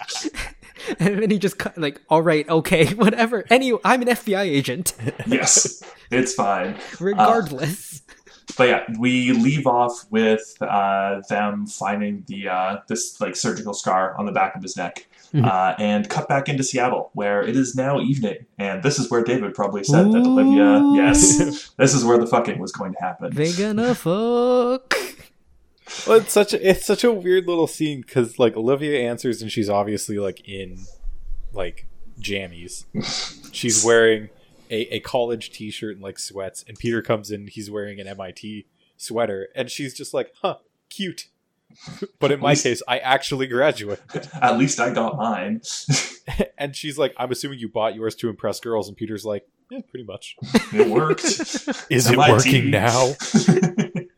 B: And then he just cut, like, all right, okay, (laughs) whatever. Any, I'm an FBI agent, (laughs)
C: Yes, it's fine.
B: regardless.
C: but yeah, we leave off with uh, them finding the uh, this like surgical scar on the back of his neck,
B: Mhm.
C: uh, and cut back into Seattle, where it is now evening, and this is where David probably said that Olivia.
B: Ooh.
C: Yes, (laughs) this is where the fucking was going to happen.
B: they gonna fuck.
A: Well, it's such a, it's such a weird little scene because like Olivia answers and she's obviously like in like (laughs) jammies. she's wearing a, a college t-shirt and like sweats, and Peter comes in. He's wearing an MIT sweater, and she's just like, "Huh, cute." (laughs) but in my case, I actually graduated,
C: At least I got mine.
A: and she's like, "I'm assuming you bought yours to impress girls," and Peter's like, "Yeah, pretty much."
B: (laughs)
C: it worked.
A: Is
C: MIT. (laughs)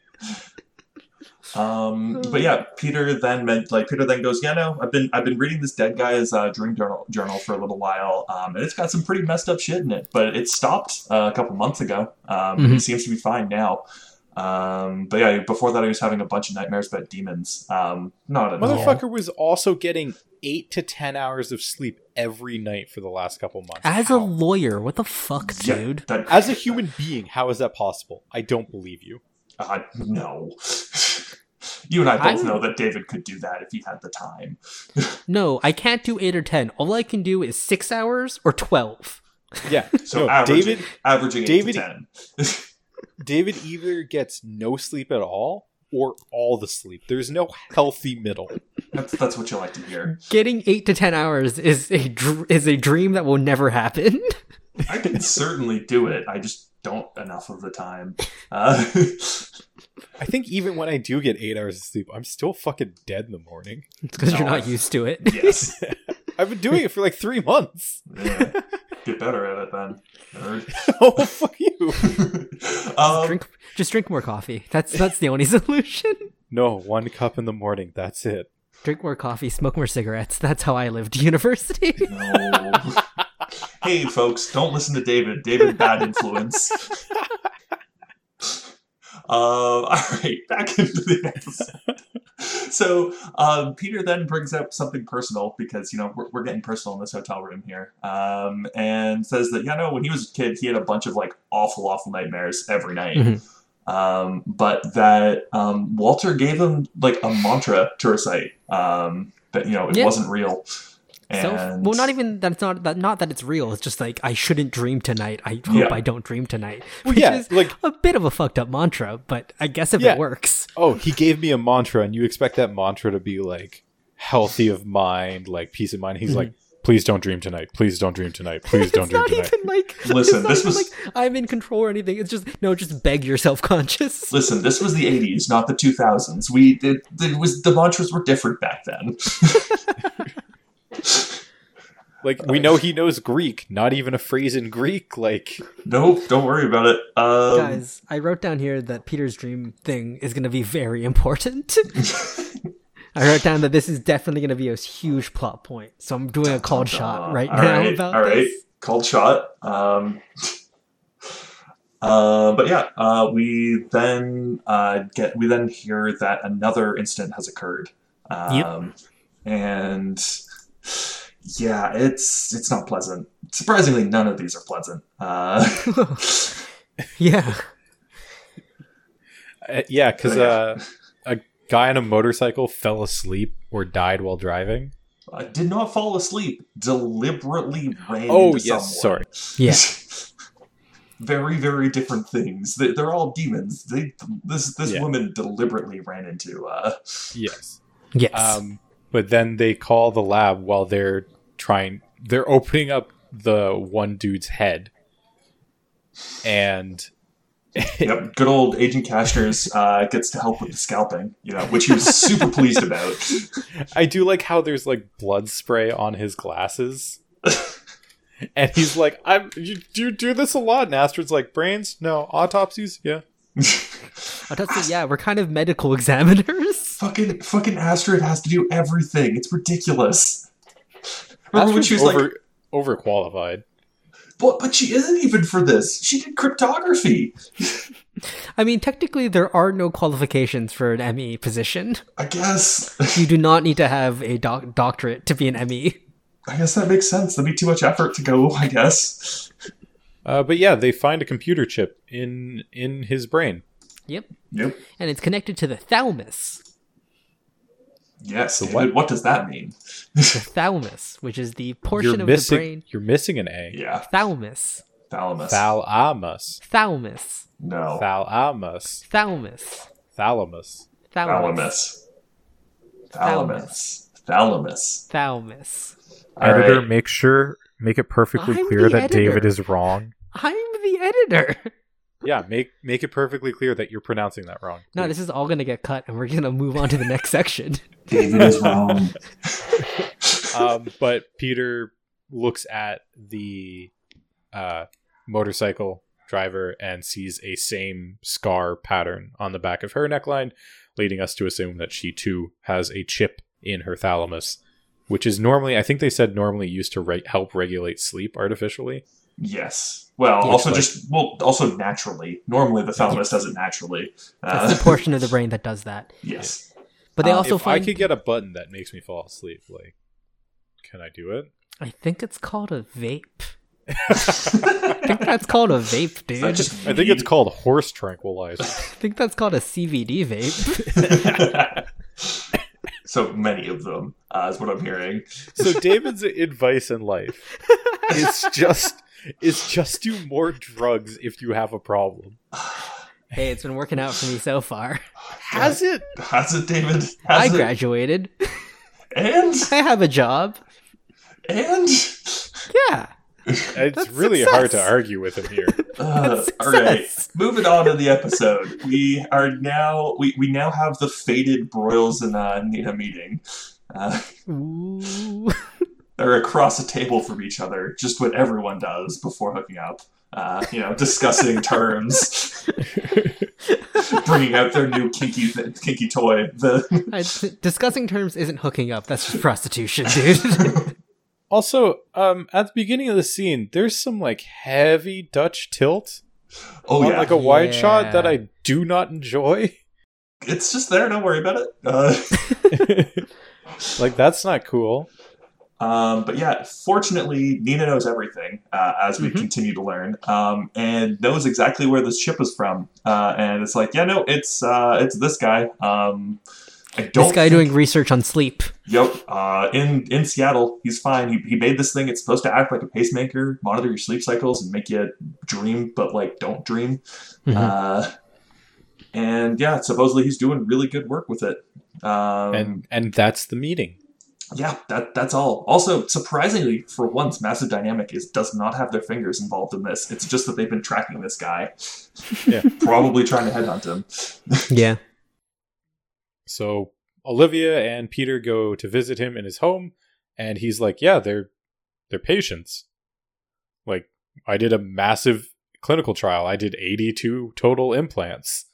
C: um, but yeah, Peter then meant like Peter then goes, yeah, no, I've been I've been reading this dead guy's uh, dream journal journal for a little while, um, and it's got some pretty messed up shit in it. But it stopped uh, a couple months ago. Um, and
A: Mm-hmm.
C: It seems to be fine now. Um, but yeah, before that, I was having a bunch of nightmares about demons. Um, not at all.
A: Motherfucker was also getting eight to ten hours of sleep every night for the last couple months.
B: As
A: How?
B: a lawyer, what the fuck,
C: Yeah,
B: dude?
C: that-
A: As a
C: (laughs)
A: human being, how is that possible? I don't believe you.
C: uh, no. (laughs) you and I both
B: I'm-
C: know that David could do that if he had the time.
B: No, I can't do eight or ten. All I can do is six hours or twelve.
A: Yeah.
C: So
A: No,
C: averaging,
A: David
C: averaging eight
A: David-
C: to ten.
A: David either gets no sleep at all or all the sleep. There's no healthy middle.
C: That's, that's what you like to
B: (laughs)
C: hear.
B: Getting eight to ten hours is a dr- is a dream that will never happen. (laughs)
C: I can certainly do it. I just don't enough of the time. Uh, (laughs)
A: I think even when I do get eight hours of sleep, I'm still fucking dead in the morning.
B: It's because you're
C: No.
B: not used to it.
C: yes.
A: I've been doing it for like three months. (laughs)
C: Yeah. Get better at it then. (laughs) nerd.
A: oh fuck you!
B: (laughs)
C: Um,
B: drink, just drink more coffee. That's that's the only (laughs) solution.
A: No, one cup in the morning. That's it.
B: Drink more coffee, smoke more cigarettes. That's how I lived (laughs) university.
C: No. hey, folks, don't listen to David. David,
B: (laughs)
C: bad influence. uh, all right, back into the episode. So um, Peter then brings up something personal because you know we're, we're getting personal in this hotel room here, um, and says that you know when he was a kid he had a bunch of like awful awful nightmares every night,
B: Mhm.
C: um, but that um, Walter gave him like a mantra to recite um, that you know it
B: Yeah.
C: wasn't real.
B: So,
C: And-
B: well, not even that's not that not that it's real. It's just like I shouldn't dream tonight. I hope
C: Yeah.
B: I don't dream
C: (laughs)
B: tonight.
A: Well,
B: Which
A: yeah,
B: is
A: like-
B: a bit of a fucked up mantra, but I guess if
A: Yeah.
B: it works,
A: Oh, he gave me a mantra, and you expect that mantra to be like healthy of mind, like peace of mind. He's like, please don't dream tonight. Please don't dream tonight. Please don't
B: (laughs) it's
A: dream
B: not
A: tonight.
B: even like
C: Listen,
B: it's not
C: this
B: even
C: was-
B: like I'm in control or anything. It's just no, just beg your self
C: (laughs)
B: conscious.
C: Listen, this was the 80s, not the 2000s. We it, it was the mantras were different back then.
A: Like we know he knows Greek. Not even a phrase in Greek. Like
C: nope, don't worry about it. Um,
B: Guys, I wrote down here that Peter's dream thing is going to be very important. (laughs) I wrote down that this is definitely going to be a huge plot point. So I'm doing a cold shot
C: uh,
B: right
C: all
B: now
C: right,
B: about
C: all right,
B: this. (laughs)
C: called shot. Um, uh, but yeah, uh, we then uh, get we then hear that another incident has occurred. Um,
B: Yep.
C: And yeah, it's it's not pleasant. Surprisingly, none of these are pleasant. Uh,
B: Yeah.
A: uh, yeah, because uh, a guy on a motorcycle fell asleep or died while driving.
C: I did not fall asleep. Deliberately ran.
A: Oh,
C: into
A: yes,
C: (laughs) someone.
B: Yeah.
C: Um, very, very different things. They, they're all demons. They, this this
A: Yeah.
C: woman deliberately ran into. Uh,
A: (laughs) Yes.
B: Yes.
A: Um, but then they call the lab while they're trying. They're opening up the one dude's head, and
C: yep, good old Agent Cashner's uh, gets to help with the scalping. You know, which he was
A: (laughs)
C: super pleased about.
A: I do like how there's like blood spray on his glasses. And he's like, "I'm you, you do this a lot." And Astrid's like, "Brains? No autopsies? Yeah,
B: I'll just say, Oh, yeah, we're kind of medical (laughs) examiners.
C: fucking fucking Astrid has to do everything. It's ridiculous. Remember when she was like,
A: over overqualified."
C: but, but she isn't even for this. She did cryptography.
B: I mean, technically, there are no qualifications for an ME position.
C: I guess.
B: You do not need to have a doc- doctorate to be an E. ME.
C: I guess that makes sense. That'd be too much effort to go, I guess.
A: Uh, but yeah, they find a computer chip in in his brain.
B: Yep.
C: Yep.
B: And it's connected to the thalamus.
C: Yes. David,
A: what?
C: what? does that mean?
B: The thalamus, which is the portion
A: You're
B: of
A: missing
B: the brain.
A: you're missing an A.
C: Yeah.
B: Thalamus.
C: Thalamus.
A: Thalamus,
B: Thalamus.
C: no.
A: thalamus,
B: Thalamus.
A: thalamus.
B: Thalamus.
C: Thalamus. Thalamus. Thalamus.
B: Thalamus.
C: All
A: Editor, (laughs)
C: right.
A: make sure make it perfectly
B: I'm
A: clear
B: the
A: that David
B: editor.
A: is wrong.
B: I'm the editor.
A: Yeah, make make it perfectly clear that you're pronouncing that wrong.
B: No, this is all going to get cut, and we're going to move on to the next section.
C: David is wrong.
A: um, but Peter looks at the uh, motorcycle driver and sees a same scar pattern on the back of her neckline, leading us to assume that she too has a chip in her thalamus, which is normally, I think they said, normally used to re- help regulate sleep artificially.
C: yes. Well,
B: Yeah,
C: also
A: like-
C: just, well, also naturally. Normally the thalamus does it naturally.
B: That's
A: (laughs)
B: the
C: Uh,
B: portion of the brain that does that.
C: yes.
B: But they
C: Uh,
B: also
A: if
B: find.
A: I could get a button that makes me fall asleep, like, can I do it?
B: I think it's called a vape. I think that's called a
C: (laughs)
B: vape, dude.
C: that just
A: I think it's called horse tranquilizer.
B: I think that's called a CBD vape.
C: (laughs) so many of them, uh, is what I'm hearing.
A: So David's advice in (laughs) life is just is just do more drugs if you have a problem.
B: Hey, it's been working out for me so far.
A: Has it?
C: Has it, David? Has
B: I
C: it?
B: graduated.
C: And
B: I have a job. (laughs)
C: and
B: Yeah.
A: It's
B: That's
A: really hard to
B: success.
A: argue with him here.
C: uh,
B: That's
C: all right.
B: success.
C: Moving on to the episode, we are now we, we now have the faded Broyles and uh, Nina meeting. Uh,
B: Ooh.
C: they're across a table from each other, just what everyone does before hooking up. Uh, you know, discussing
B: (laughs)
C: terms, bringing out their new kinky kinky toy. The
B: I- discussing terms isn't hooking up. That's just prostitution,
C: (laughs)
B: dude.
A: (laughs) Also, um, at the beginning of the scene, there's some like heavy Dutch tilt
C: oh
A: on
C: yeah,
A: like a wide
B: Yeah.
A: shot that I do not enjoy. (laughs)
C: it's just there. Don't worry about it. Uh,
A: like that's not cool.
C: Um, but yeah, fortunately, Nina knows everything uh, as we
B: Mhm.
C: continue to learn, um, and knows exactly where this ship is from. Uh, and it's like, yeah, no, it's uh, it's this guy. Um, I don't
B: this guy
C: think-
B: doing research on sleep.
C: Yep, uh, in in Seattle, he's fine. He, he made this thing. It's supposed to act like a pacemaker, monitor your sleep cycles, and make you dream, but like don't dream.
B: Mhm.
C: Uh, and yeah, supposedly he's doing really good work with it. Um,
A: and and that's the meeting.
C: yeah, that that's all. Also, surprisingly, for once, Massive Dynamic is does not have their fingers involved in this. It's just that they've been tracking this guy.
A: Yeah.
C: (laughs) Probably trying to headhunt him.
B: yeah.
A: So Olivia and Peter go to visit him in his home, and he's like, "Yeah, they're they're patients. Like I did a massive clinical trial. I did 82 total implants.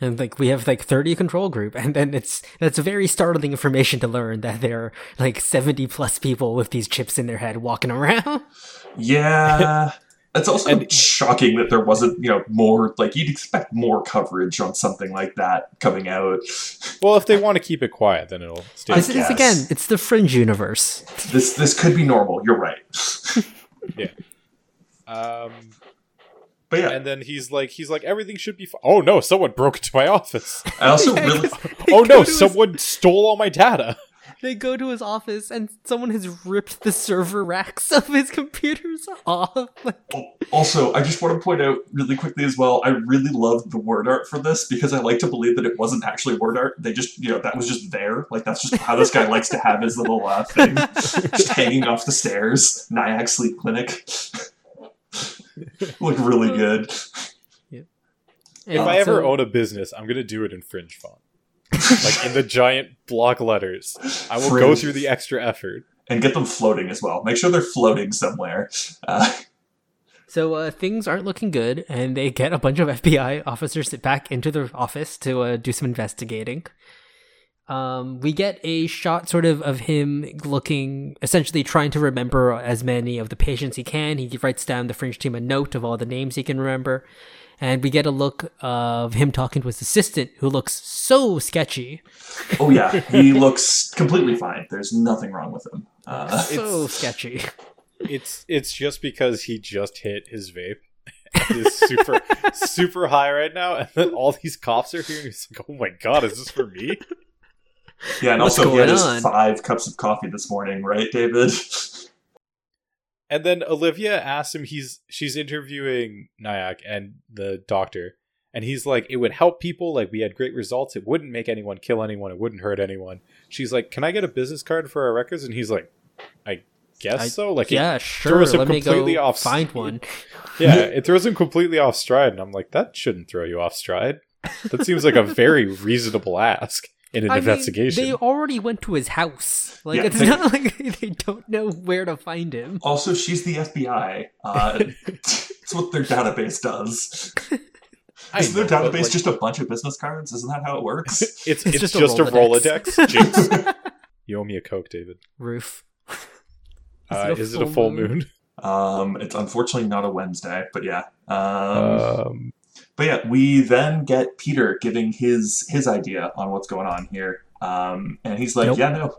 B: And like we have like 30 control group and then it's that's very startling information to learn that there are like 70 plus people with these chips in their head walking around.
A: (laughs)
C: Yeah. It's also
A: And-
C: shocking that there wasn't, you know, more like you'd expect more coverage on something like that coming out.
A: Well, if they want to keep it quiet, then it'll stay.
C: I
B: This is
C: guess.
B: again, it's the fringe universe.
C: This this could be normal. You're right.
A: Um,
C: But yeah,
A: and then he's like, he's like, everything should be. F- oh no, someone broke into my office.
C: (laughs)
A: (laughs)
C: I also really
A: oh
B: (laughs) They go
A: no,
B: to his-
A: someone stole all my
C: (laughs)
A: data.
B: they go to his office and someone has ripped the server racks (laughs) of his computers off. Like,
C: Al- Also, I just want to point out really quickly as well. I really loved the word art for this because I like to believe that it wasn't actually word art. They just, you know, that was just there. Like that's just how this guy likes to have his little uh, thing, just hanging off the stairs. Nyack Sleep Clinic. (laughs) Look really good.
A: If
B: and
A: I ever
B: so-
A: own a business, I'm gonna do it in fringe
C: (laughs)
A: font, like in the giant block letters. I will go
C: Fringe.
A: through the extra effort.
C: And get them floating as well. Make sure they're floating somewhere. Uh,
B: So uh, things aren't looking good, and they get a bunch of FBI officers sit back into their office to uh, do some investigating. Um, we get a shot sort of of him looking, essentially trying to remember as many of the patients he can. He writes down the fringe team a note of all the names he can remember. And we get a look of him talking to his assistant, who looks so sketchy.
C: oh yeah, he looks completely fine. There's nothing wrong with him. Uh,
B: So sketchy.
A: It's it's just because he just hit his vape. He's
B: (laughs)
A: super super high right now, and then all these cops are here. And he's like, "Oh my god, is this for me?"
C: yeah, and
B: What's
C: also he had
B: going
C: his
B: on?
C: five cups of coffee this morning, right, David?
A: And then Olivia asks him. He's she's interviewing Nyack and the doctor, and he's like, "It would help people. Like we had great results. It wouldn't make anyone kill anyone. It wouldn't hurt anyone." She's like, "Can I get a business card for our records?" And he's like, "I guess
B: I-
A: so." Like, it-
B: yeah, sure.
A: throws him
B: Let me
A: completely
B: go
A: off-
B: find one.
A: yeah, it throws him completely off stride, and I'm like, "That shouldn't throw you off stride. That seems like a (laughs) very reasonable ask." In an
B: I mean,
A: investigation.
B: they already went to his house. Like
C: Yeah,
B: it's
C: they-
B: not (laughs) like they don't know where to find him.
C: Also, she's the FBI.
A: (laughs)
C: Uh, it's what their database does.
A: I
C: Is their
A: know, but,
C: database
A: like,
C: just a bunch of business cards? Isn't that how it
A: (laughs)
C: works?
A: it's it's,
B: It's
A: just, a Rolodex? (laughs) Jinx. you owe me a Coke, David.
B: Roof.
A: Uh, is it a full moon?
C: Um, it's unfortunately not a Wednesday, but yeah. Um,
A: Um,
C: but yeah, we then get Peter giving his his idea on what's going on here, um, and he's like,
B: Nope.
C: "Yeah, no,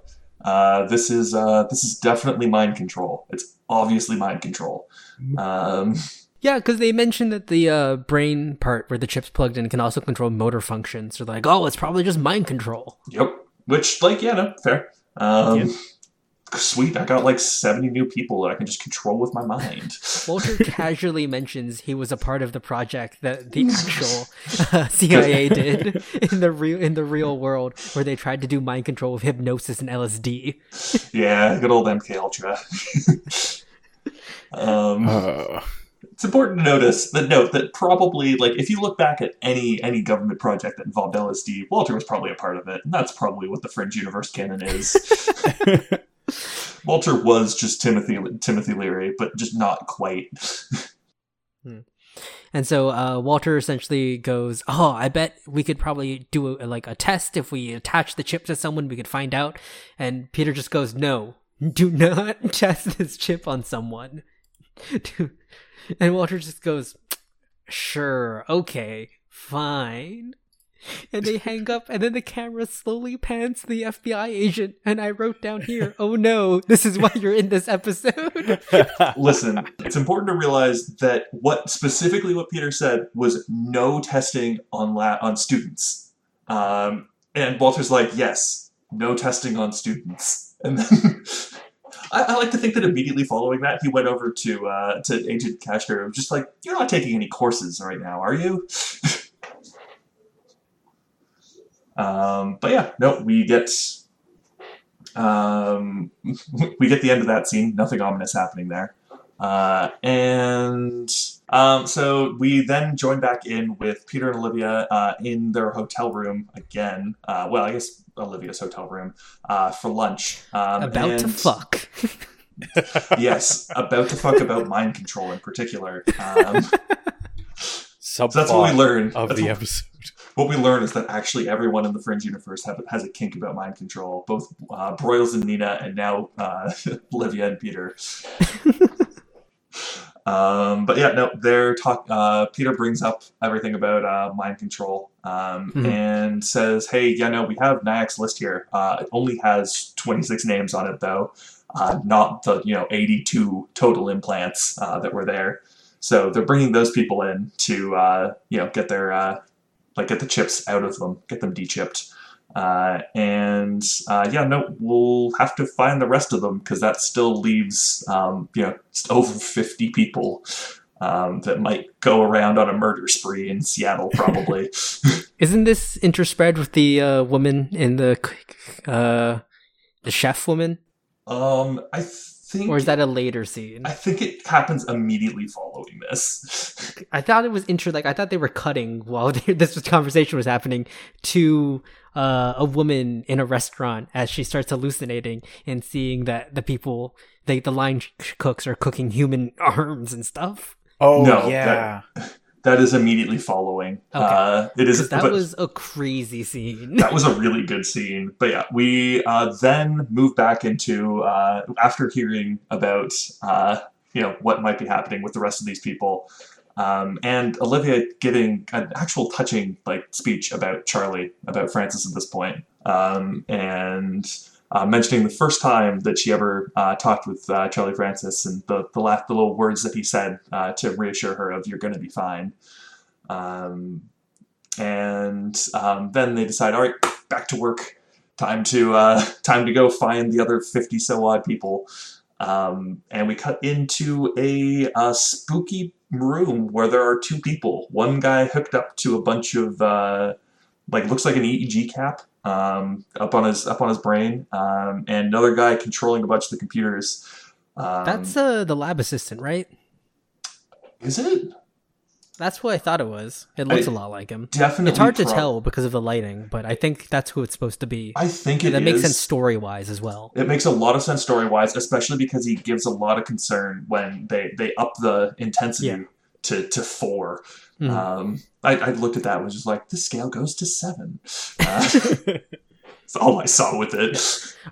C: uh, this is uh, this is definitely mind control. It's obviously mind control."
A: Mm-hmm.
C: Um,
B: Yeah, because they mentioned that the uh, brain part where the chip's plugged in can also control motor functions. They're like, oh, it's probably just mind control.
C: Yep. Which, like, yeah, no, fair. Um, sweet, I got like 70 new people that I can just control with my mind.
A: (laughs)
B: Walter casually mentions he was a part of the project that the actual uh, (laughs)
A: (laughs)
B: CIA did in the real in the real world, where they tried to do mind control with hypnosis
A: (laughs)
B: and LSD.
C: yeah, good old MK Ultra. (laughs)
A: (laughs)
C: um,
A: Uh,
C: it's important to notice that note that probably like if you look back at any any government project that involved LSD, Walter was probably a part of it, and that's probably what the Fringe Universe canon is. Walter was just Timothy Timothy Leary, but just not quite.
B: And so uh, Walter essentially goes, "Oh, I bet we could probably do a, like a test if we attach the chip to someone, we could find out." And Peter just goes, "No, do not (laughs) test this chip on someone." (laughs) and Walter just goes, "Sure, okay, fine." And they hang up, and then the camera slowly pans to the FBI agent, and I wrote down here, "Oh no, this is why you're in
A: (laughs)
B: this episode."
C: Listen, it's important to realize that what specifically what Peter said was no testing on la- on students. Um, and Walter's like, yes, no testing on students. And then (laughs) I, I like to think that immediately following that, he went over to uh, to Agent Kashner and was just like, you're not taking any courses right now, are you? um, but yeah, no, we get. Um, (laughs) we get the end of that scene. Nothing ominous happening there. Uh, and um, so we then join back in with Peter and Olivia uh, in their hotel room again. Uh, well, I guess Olivia's hotel room uh, for lunch. Um,
B: About to
C: and-
B: fuck.
C: yes, about to fuck about mind control
B: (laughs)
C: in particular. Um, so
A: Subplot
C: that's what we learn.
A: of
C: That's
A: the
C: what-
A: episode.
C: what we learn is that actually everyone in the Fringe universe have, has a kink about mind control. Both uh, Broyles and Nina, and now uh, (laughs) Olivia and Peter. um, but yeah, no, they're talk. Uh, Peter brings up everything about uh, mind control um,
B: Mhm.
C: and says, "Hey, yeah, no, we have Nyack's list here. Uh, it only has 26 names on it, though, uh, not the you know 82 total implants uh, that were there." So they're bringing those people in to uh, you know get their uh, like get the chips out of them, get them de-chipped. Uh, and uh, yeah, no, we'll have to find the rest of them because that still leaves um, you know just over fifty people um, that might go around on a murder spree in Seattle probably.
B: Isn't this interspread with the uh, woman in the uh, the chef woman,
C: um, I think,
B: or is that a later scene?
C: I think it happens immediately following this.
B: I thought it was inter like I thought they were cutting while (laughs) they, this was- conversation was happening to uh, a woman in a restaurant as she starts hallucinating and seeing that the people, they, the line ch- cooks, are cooking human (laughs) arms and stuff.
A: Oh
C: No,
A: (laughs) yeah,
C: that is immediately following.
B: Okay.
C: Uh, it is
B: 'Cause that
C: but-
B: was a crazy scene.
C: (laughs) that was a really good scene. But yeah, we uh, then move back into uh, after hearing about uh, you know what might be happening with the rest of these people, um, and Olivia giving an actual touching like speech about Charlie about Francis at this point, um, and. Uh, mentioning the first time that she ever uh, talked with uh, Charlie Francis and the the, last, the little words that he said uh, to reassure her of "You're going to be fine," um, and um, then they decide, all right, back to work. Time to uh, (laughs) time to go find the other fifty so odd people. Um, and we cut into a, uh spooky room where there are two people. One guy hooked up to a bunch of uh, like looks like an EEG cap um, up on his up on his brain, um, and another guy controlling a bunch of the computers. Um,
B: That's uh, the lab assistant, right?
C: is it
B: That's what I thought it was. It looks a
C: I-
B: lot like him.
C: definitely.
B: It's hard to
C: prob-
B: tell because of the lighting, but I think that's who it's supposed to be.
C: I think it
B: And that makes
C: is.
B: sense story wise as well.
C: It makes a lot of sense story wise, especially because he gives a lot of concern when they, they up the intensity
B: Yeah.
C: to, to 4
B: Mhm.
C: Um, I, I looked at that and was just like, the scale goes to seven. Uh, (laughs) that's all I saw with it.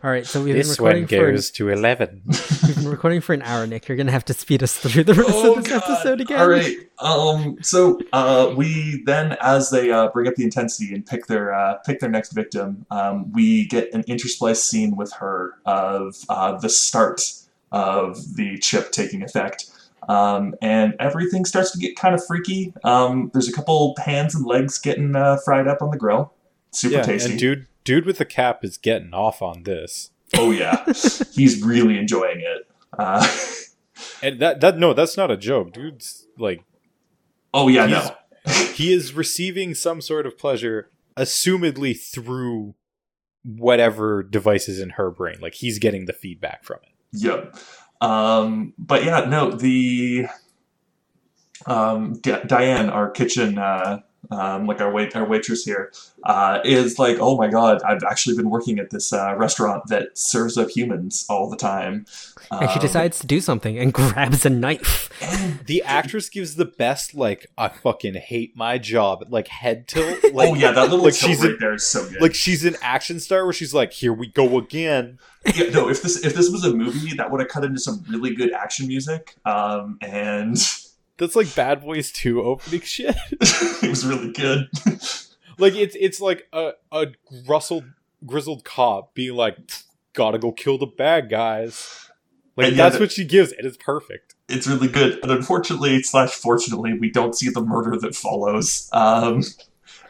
B: All right, so we've been
A: this one
B: recording for an
A: goes to eleven.
B: (laughs) We've been recording for an hour, Nick. You're gonna have to speed us through the rest
C: Oh,
B: of this
C: God.
B: episode again.
C: All right. Um, so uh, we then, as they uh, bring up the intensity and pick their uh, pick their next victim, um, we get an interspliced scene with her of uh, the start of the chip taking effect. Um, and everything starts to get kind of freaky. Um, there's a couple hands and legs getting uh, fried up on the grill. Super
A: yeah,
C: tasty.
A: and dude, dude with the cap is getting off on this. (laughs)
C: Oh yeah, he's really enjoying it. Uh, (laughs)
A: And that that no, that's not a joke, dude's like
C: oh yeah,
A: He's-
C: no,
A: (laughs) he is receiving some sort of pleasure, assumedly through whatever device is in her brain. Like he's getting the feedback from it.
C: yep. Um, but yeah, no, the um, D- Diane, our kitchen, uh, um, like our wait, our waitress here, uh, is like, oh my god, I've actually been working at this uh, restaurant that serves up humans all the time,
B: and she
C: Um,
B: decides to do something and (laughs) grabs a knife.
C: and-
A: The actress gives the best like I fucking hate my job like head tilt. (laughs) Like,
C: (laughs) oh yeah, that little
A: like
C: tilt
A: she's
C: right
A: in-
C: there is so good.
A: like she's an action star where she's like, here we go again.
C: yeah, no, if this if this was a movie, that would have cut into some really good action music, um, and (laughs)
A: That's like Bad Boys 2 opening (laughs) shit.
C: it was really good.
A: Like it's it's like a a rustled grizzled cop being like, gotta go kill the bad guys. Like
C: And yeah,
A: that's
C: the-
A: what she gives, and it's perfect.
C: It's really good, and unfortunately slash fortunately, we don't see the murder that follows. Um, and
B: Well,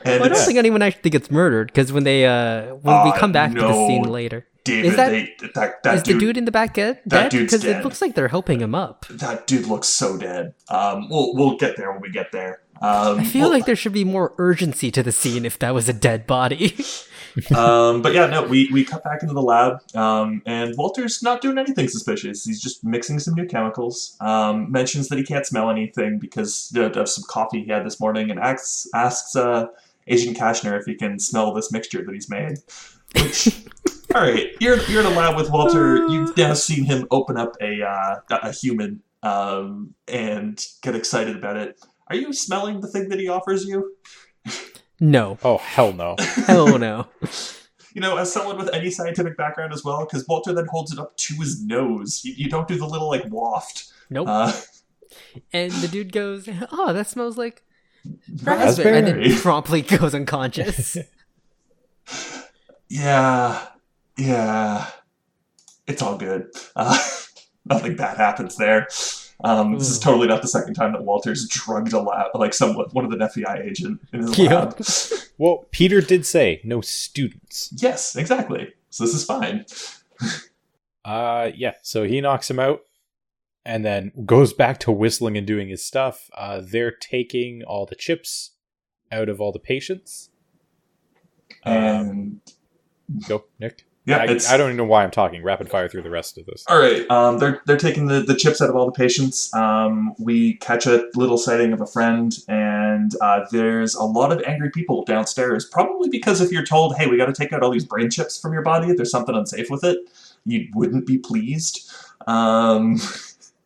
B: I don't
C: it's
B: think anyone actually gets murdered because when they uh when we
C: Ah,
B: come back to the
C: no.
B: scene later,
C: David.
B: is that-
C: they, that that
B: is
C: dude,
B: the dude in the back get
C: that
B: dead?
C: dude's
B: Because it
C: dead.
B: looks like they're helping him up.
C: that dude looks so dead. Um, we'll we'll get there when we get there. Um,
B: I feel
C: we'll-
B: like there should be more urgency to the scene if that was a dead body. (laughs)
C: (laughs) um, but yeah, no, we, we cut back into the lab, um, and Walter's not doing anything suspicious. He's just mixing some new chemicals. Um, mentions that he can't smell anything because of of some coffee he had this morning, and asks asks uh, Agent Kashner if he can smell this mixture that he's made. Which, all right, you're you're in a lab with Walter. You've now seen him open up a uh, a a human um, and get excited about it. Are you smelling the thing that he offers you?
B: no,
A: Oh hell no.
B: hell
C: (laughs)
B: no.
C: you know, as someone with any scientific background as well, because Walter then holds it up to his nose. You, you don't do the little like waft.
B: Nope.
C: Uh,
B: and the dude goes, "Oh, that smells like raspberry,"
A: Raspberry.
B: and (laughs) then promptly goes unconscious.
C: yeah, yeah, it's all good. Uh, (laughs) nothing bad happens there. Um, this is
B: Ooh.
C: totally not the second time that Walter's drugged a lab, like someone, one of an FBI agent
B: (laughs)
C: in his
B: Yeah.
C: lab.
A: Well, Peter did say no students.
C: Yes, exactly. So this is fine.
A: Uh yeah, so he knocks him out and then goes back to whistling and doing his stuff. Uh they're taking all the chips out of all the patients. Um,
C: And
A: go, Nick.
C: yeah,
A: I,
C: it's,
A: I don't even know why I'm talking rapid fire through the rest of this.
C: All right. Um, they're they're taking the, the chips out of all the patients. Um, we catch a little sighting of a friend, and uh, there's a lot of angry people downstairs. Probably because if you're told, "Hey, we got to take out all these brain chips from your body," there's something unsafe with it, you wouldn't be pleased um,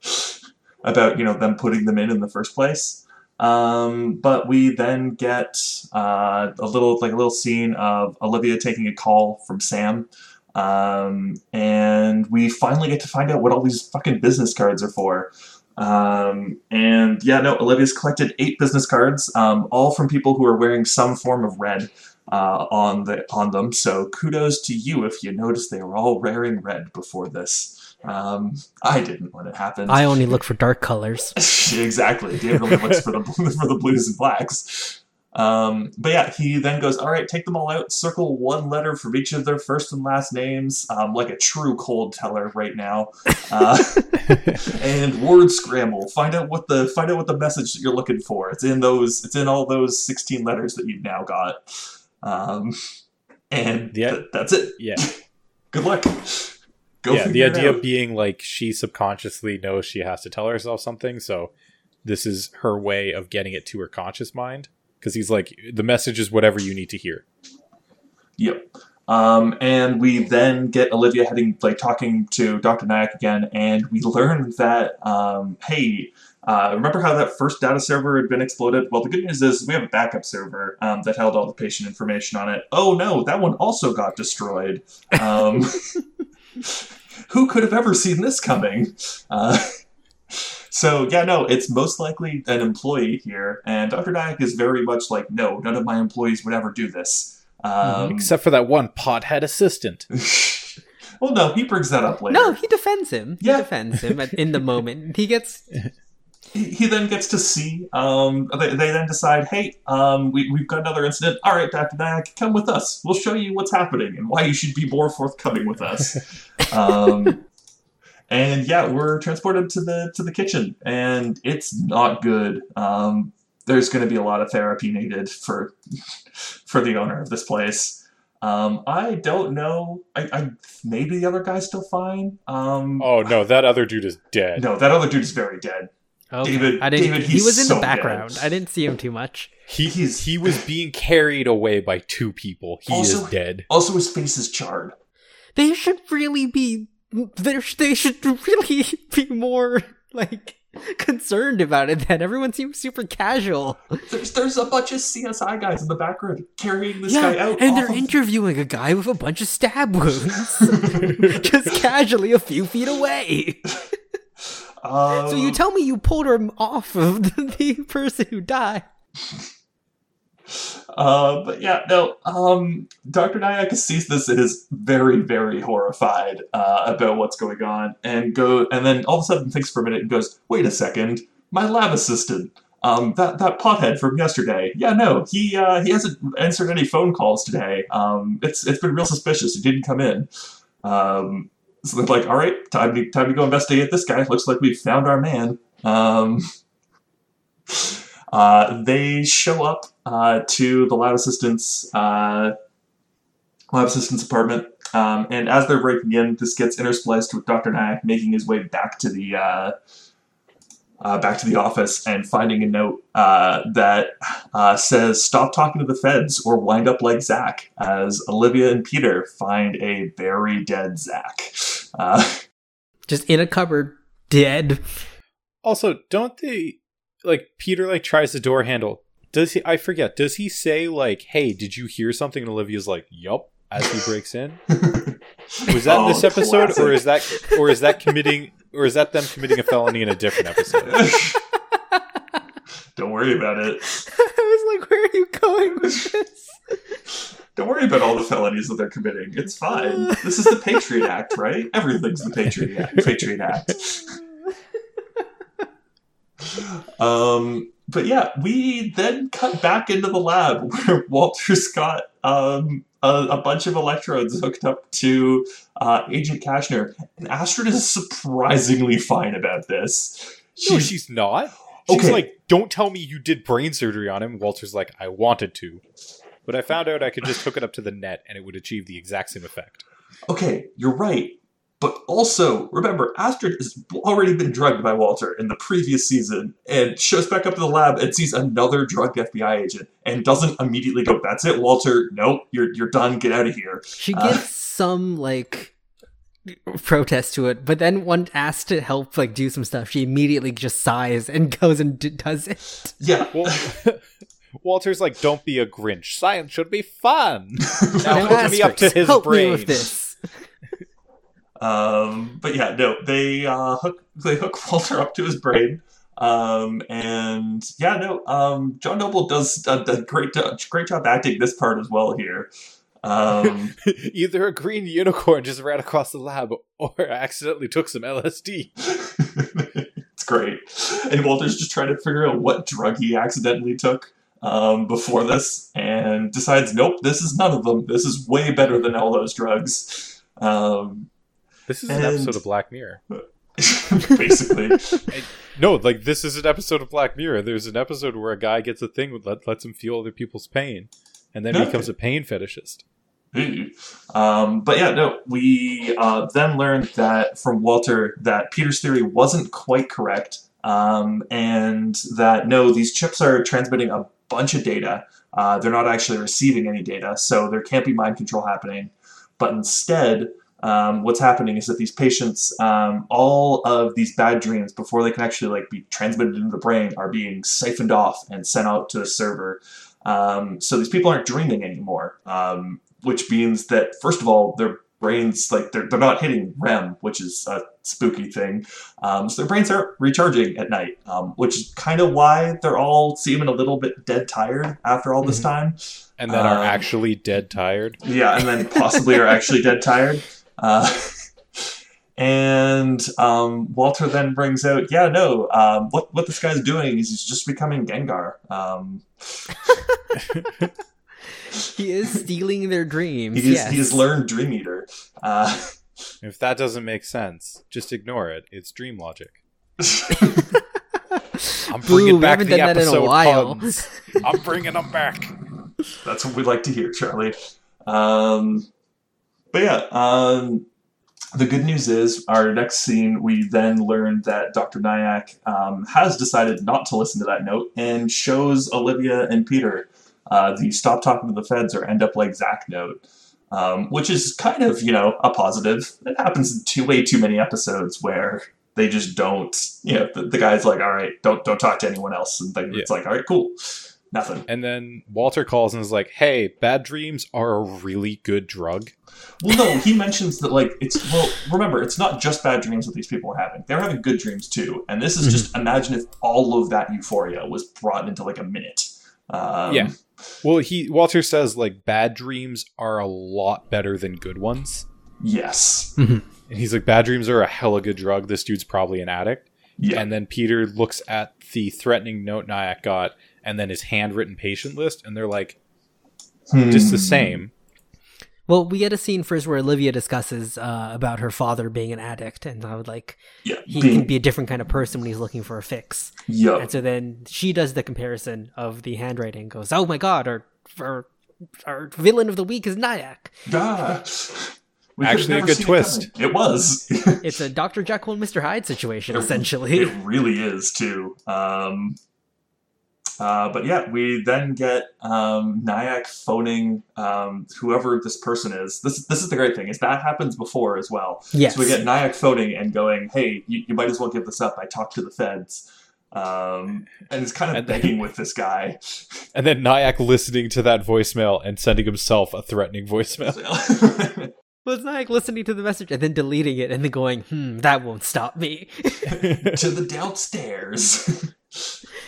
C: (laughs) about you know them putting them in in the first place. Um, but we then get uh, a little like a little scene of Olivia taking a call from Sam. Um, and we finally get to find out what all these fucking business cards are for. Um, and yeah, no, Olivia's collected eight business cards, um, all from people who are wearing some form of red uh, on the on them. So kudos to you if you noticed they were all wearing red before this. Um, I didn't when it
B: (laughs)
C: happened.
B: I only look for dark colors.
C: (laughs) exactly. David only
A: (laughs)
C: looks for the for the blues and blacks. Um, but yeah, he then goes, "All right, take them all out. Circle one letter from each of their first and last names, um, like a true cold teller right now." Uh, (laughs) and word scramble. Find out what the find out what the message that you're looking for. It's in those. It's in all those 16 letters that you've now got. Um, and
A: Yeah.
C: th- that's it.
A: Yeah.
C: Good luck. Go
A: yeah, the
C: figure it
A: idea
C: out.
A: being like she subconsciously knows she has to tell herself something, so this is her way of getting it to her conscious mind. Because he's like, the message is whatever you need to hear.
C: Yep. Um, and we then get Olivia heading, like, talking to Dr. Nyack again, and we learn that, um, hey, uh, remember how that first data server had been exploded? Well, the good news is we have a backup server um, that held all the patient information on it. Oh no, that one also got destroyed. Um, who could have ever seen this coming? Uh, so yeah, no, it's most likely an employee here, and Dr. Nyack is very much like, no, none of my employees would ever do this. Um,
A: Except for that one pothead assistant.
C: (laughs) well, no, he brings that up later.
B: No, he defends him. He
C: Yeah.
B: defends him at, in the moment. He gets
C: he then gets to see. Um, they, they then decide, hey, um, we, we've got another incident. All right, Dr. Nayak, come with us. We'll show you what's happening and why you should be more forthcoming with us. um, and yeah, we're transported to the to the kitchen, and it's not good. Um, there's going to be a lot of therapy needed for (laughs) for the owner of this place. Um, I don't know. I, I maybe the other guy's still fine. Um,
A: Oh no, that other dude is dead.
C: No, that other dude is very dead.
B: Okay.
C: David-
B: I didn't.
C: David,
B: he
C: he's
B: was in
C: so
B: the
C: dead.
B: background. I didn't see him too much.
A: He
C: He's-
A: he was being carried away by two people. He
C: Also-
A: is dead.
C: Also, his face is charred.
B: They should really be. There, sh- they should really (laughs) be more like concerned about it. That everyone seems super casual.
C: There's there's a bunch of CSI guys in the background carrying this guy
B: yeah,
C: out.
B: and
C: off
B: they're
C: of-
B: interviewing a guy with a bunch of stab
C: (laughs)
B: wounds, (laughs) just casually a few feet away.
C: Um,
B: So you tell me you pulled her off of (laughs) the, the person who died?
C: Uh, but yeah, no. Um, Dr. Nayak sees this and is very, very horrified uh, about what's going on, and go and then all of a sudden thinks for a minute and goes, "Wait a second, my lab assistant, um, that that pothead from yesterday. Yeah, no, he uh, he hasn't answered any phone calls today. Um, it's it's been real suspicious. He didn't come in. Um, so they're like, all right, time to time to go investigate this guy. Looks like we've found our man. Um, uh, they show up uh, to the lab assistant's uh, lab assistant's apartment, um, and as they're breaking in, this gets interspliced with Doctor Nayak making his way back to the uh, uh, back to the office and finding a note uh, that uh, says "Stop talking to the feds or wind up like Zach," as Olivia and Peter find a very dead Zach. Uh, (laughs)
B: Just in a cupboard, dead.
A: Also, don't they like Peter like tries the door handle? Does he? I forget. Does he say like, "Hey, did you hear something?" And Olivia's like, "Yup." As he breaks in, was that in
C: Oh,
A: this episode, or
C: classic.
A: is that or is that committing or is that them committing a felony in a different episode?
C: Don't worry about it.
B: (laughs) I was like, where are you going with
A: (laughs)
B: this?
C: Don't worry about all the felonies that they're committing. It's fine. This is the Patriot Act, right? Everything's the Patriot Act. Patriot Act. Um, but yeah, we then cut back into the lab (laughs) where Walter's got um, a, a bunch of electrodes hooked up to uh, Agent Kashner. And Astrid is surprisingly fine about this.
A: No,
C: She's-
A: she's not. She's
C: Okay.
A: like, "Don't tell me you did brain surgery on him." Walter's like, "I wanted to, but I found out I could just hook it up to the net and it would achieve the exact same effect."
C: okay, you're right. But also, remember, Astrid has already been drugged by Walter in the previous season and shows back up to the lab and sees another drugged FBI agent and doesn't immediately go, That's it, Walter. Nope, you're, you're done. Get out of here.
B: She
C: Uh.
B: gives some like protest to it, but then when asked to help like do some stuff, she immediately just sighs and (laughs) goes and d- does it.
C: Yeah.
B: (laughs)
A: Well, Walter's like, "Don't be a Grinch. Science should be
B: (laughs)
A: fun." Now
B: Now
A: hook me up to
B: Asterix,
A: his
B: help
A: brain.
B: me with this.
C: Um, but yeah, no, they uh, hook they hook (laughs) Walter up to his brain. Um, and yeah, no, um, John Noble does a, a great uh, great job acting this part as well here. Um,
A: (laughs) Either a green unicorn just ran across the lab, or accidentally took some LSD.
C: (laughs) it's great. And Walter's just trying to figure out what drug he accidentally took um, before this and decides, nope, this is none of them. This is way better than all those drugs. Um, (laughs)
A: This is
C: And-
A: an episode of Black Mirror.
C: basically. (laughs)
A: No, like this is an episode of Black Mirror. There's an episode where a guy gets a thing that lets him feel other people's pain, and then
C: No.
A: becomes a pain fetishist.
C: Ooh. Um, but yeah, no, we uh, then learned that from Walter that Peter's theory wasn't quite correct, um, and that no, these chips are transmitting a bunch of data. Uh, they're not actually receiving any data, so there can't be mind control happening. But instead, um, what's happening is that these patients, um, all of these bad dreams, before they can actually like be transmitted into the brain, are being siphoned off and sent out to the server. Um, so these people aren't dreaming anymore. Um, which means that first of all their brains like they're, they're not hitting rem which is a spooky thing um, so their brains aren't recharging at night um, which is kind of why they're all seeming a little bit dead tired after all this
A: Mhm.
C: time
A: and then are
C: Um,
A: actually dead tired.
C: yeah, and then possibly are actually dead tired. Uh, (laughs) And um, Walter then brings out, yeah, no, um, what what this guy's doing is he's just becoming Gengar. Um,
B: He is stealing their dreams.
C: he's,
B: yes.
C: he's learned Dream Eater. Uh,
A: If that doesn't make sense, just ignore it. It's dream
C: (laughs)
A: logic. I'm
B: Boo,
A: bringing
B: we
A: back
B: haven't
A: the
B: done that in a
A: episode
B: while. (laughs)
A: puns. I'm bringing them back.
C: That's what we'd like to hear, Charlie. Um, but yeah, um, the good news is our next scene, we then learned that Dr. Nyack um, has decided not to listen to that note and shows Olivia and Peter uh, the stop talking to the feds or end up like Zach note. Um, which is kind of, you know, a positive. It happens in too, way too many episodes where they just don't, you know, the, the guy's like, all right, don't don't talk to anyone else. And then it's like, all right, cool, nothing.
A: And then Walter calls and is like, "Hey, bad dreams are a really good drug."
C: Well, no, he mentions that like it's well. Remember, it's not just bad dreams that these people are having; they're having good dreams too. And this is
A: Mm-hmm.
C: just imagine if all of that euphoria was brought into like a minute. Um,
A: Yeah. Well, he Walter says like bad dreams are a lot better than good ones.
C: Yes.
A: And he's like, "Bad dreams are a hella good drug. This dude's probably an addict."
C: Yeah.
A: And then Peter looks at the threatening note Nyack got, and then his handwritten patient list, and they're like, "Just the
C: Hmm.
A: same."
B: Well, we get a scene first where Olivia discusses uh, about her father being an addict, and how like
C: Yeah.
B: he
C: being-
B: can be a different kind of person when he's looking for a fix.
C: yeah.
B: And so then she does the comparison of the handwriting, goes, "Oh my god, our our, our villain of the week is Nyack.
C: Ah. We could've
A: Actually a
C: never
A: good
C: seen it
A: twist.
C: coming. It, was.
A: (laughs)
B: It's a Dr. Jekyll and Mr. Hyde situation,
C: It-
B: essentially."
C: it really is too. Um, uh, but yeah, we then get um, Nyack phoning um, whoever this person is. This this is the great thing is that happens before as well.
B: yes.
C: So we get Nyack phoning and going, "Hey, you, you might as well give this up." I talked to the feds, um, and it's kind of
A: And then-
C: begging with
A: (laughs)
C: this guy.
A: And then Nyack listening to that voicemail and sending himself a threatening
C: (laughs)
A: voicemail.
C: So-
B: was Nyack listening to the message and then deleting it and then going, "Hmm, that won't stop me." (laughs)
C: to the downstairs.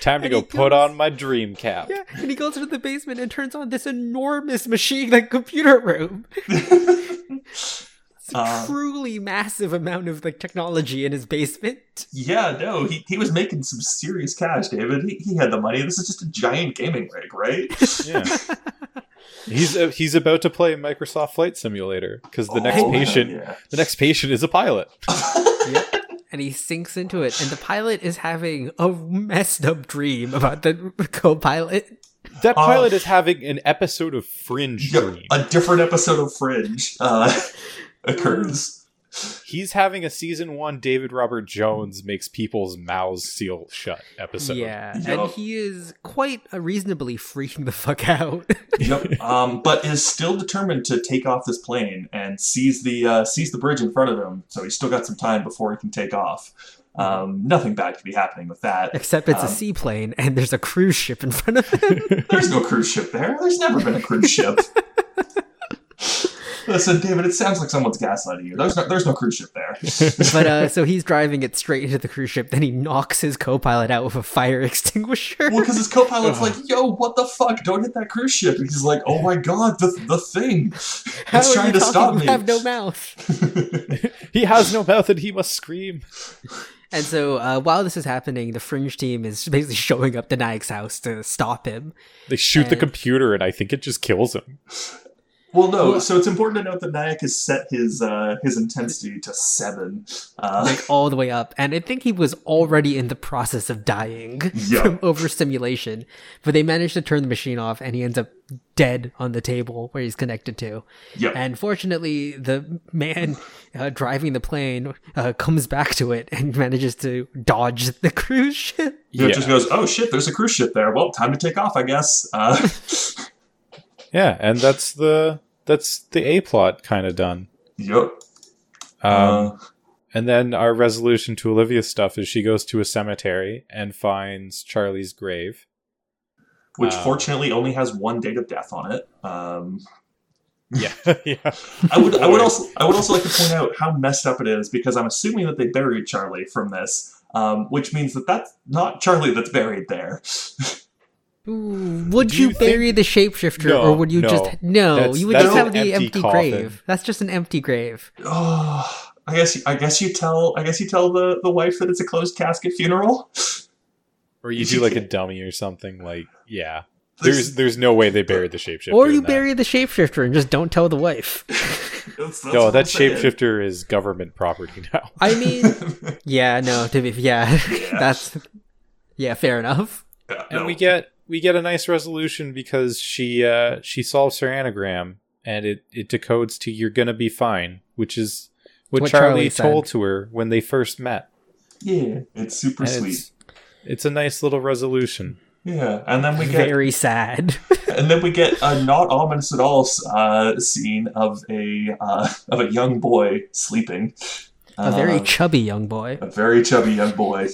A: Time to
B: And
A: go
B: he
A: put
B: goes-
A: on my dream cap.
B: yeah, and he goes into the basement and turns on this enormous machine, the computer room. It's a
C: Uh,
B: truly massive amount of like technology in his basement.
C: yeah, no, he, he was making some serious cash, David. He, he had the money. This is just a giant gaming rig, right?
A: Yeah.
C: (laughs)
A: he's uh, he's about to play Microsoft Flight Simulator because the next
C: Oh,
A: patient
C: yeah.
A: the next patient is a pilot.
B: And he sinks into it,
C: Oh.
B: and the pilot is having a messed up dream about the co-pilot.
A: That
C: Uh,
A: pilot is having an episode of Fringe
C: Yeah,
A: dream.
C: a different episode of Fringe
A: (laughs)
C: uh, occurs.
A: He's having a season one David Robert Jones makes people's mouths seal shut episode.
B: yeah,
C: Yeah.
B: and he is quite uh, reasonably freaking the fuck out. (laughs)
C: yep. Um, but is still determined to take off this plane and sees the uh, sees the bridge in front of him. So he's still got some time before he can take off. Um, nothing bad could be happening with that.
B: Except it's a
C: Um,
B: seaplane, and there's a cruise ship in front of him.
C: (laughs) There's no cruise ship there. There's never been a
B: (laughs)
C: cruise ship. Listen, David. It sounds like someone's gaslighting you. There's no, there's no cruise ship there.
B: but uh, so he's driving it straight into the cruise ship. Then he knocks his co-pilot out with a fire (laughs) extinguisher.
C: Well, because his co-pilot's
A: Ugh.
C: like, "Yo, what the fuck? Don't hit that cruise ship!" And he's like, "Oh my god, the the thing,
B: How
C: it's
B: are
C: trying
B: you
C: to
B: talking?
C: stop
B: You
C: me."
B: Have no mouth.
A: He has no mouth and he must scream.
B: And so uh, while this is happening, the fringe team is basically showing up to Nyack's house to stop him.
A: They shoot the
B: And-
A: computer and I think it just kills him.
C: Well, no.
B: Well-
C: So it's important to note that Nyack has set his uh, his intensity to seven. Uh, (laughs)
B: Like all the way up, and I think he was already in the process of dying (laughs)
A: (laughs)
C: Yeah.
B: from overstimulation. But they managed to turn the machine off, and he ends up dead on the table where he's connected to.
C: yep.
B: And fortunately, the man (laughs) uh, driving the plane uh, comes back to it and (laughs) manages to dodge the cruise ship.
C: He just goes, "Oh shit, there's a cruise ship there. Well, time to take off, I guess." Uh, (laughs)
A: Yeah, and that's the that's the A plot kind of done.
C: yep.
A: Um,
C: Uh,
A: and then our resolution to Olivia's stuff is she goes to a cemetery and finds Charlie's grave.
C: which
A: uh,
C: fortunately only has one date of death on it.
A: (laughs)
C: Um,
A: Yeah, (laughs) yeah.
C: I would, I would
A: Boy.
C: also, I would also like to point out how messed up it is because I'm assuming that they buried Charlie from this, um, which means that that's not Charlie that's buried there.
B: Ooh, would
A: Do
B: you,
A: you
B: bury the shapeshifter,
A: No,
B: or would you
A: no.
B: just no?
A: That's-
B: You would
A: that's
B: just
A: an
B: have the
A: empty
B: empty,
A: coffin.
B: grave. That's just an empty grave.
C: Oh, I guess I guess you tell I guess you tell the, the wife that it's a closed casket funeral.
A: Or you do like a dummy or something. Like, yeah. There's there's no way they buried the shapeshifter.
B: or you
A: in that.
B: bury the shapeshifter and just don't tell the wife. (laughs)
C: That's- that's
A: No,
C: what
A: Oh, that
C: I'm saying.
A: shapeshifter is government property (laughs) now.
B: I mean, yeah, no, to be yeah, (laughs) that's yeah, fair enough.
C: (laughs) Yeah,
A: and
C: no.
A: we get we get a nice resolution because she uh she solves her anagram and it it decodes to you're gonna be fine which is what,
B: What
A: charlie,
B: Charlie
A: told to her when they first met
C: yeah, it's super
A: And
C: sweet.
A: it's, it's a nice little resolution
C: yeah,
B: (laughs)
C: and then we get
B: Very sad.
C: (laughs) and then we get a not ominous at all uh, scene of a uh, of a young boy sleeping.
B: A very
C: Uh,
B: chubby young boy.
C: a very chubby young boy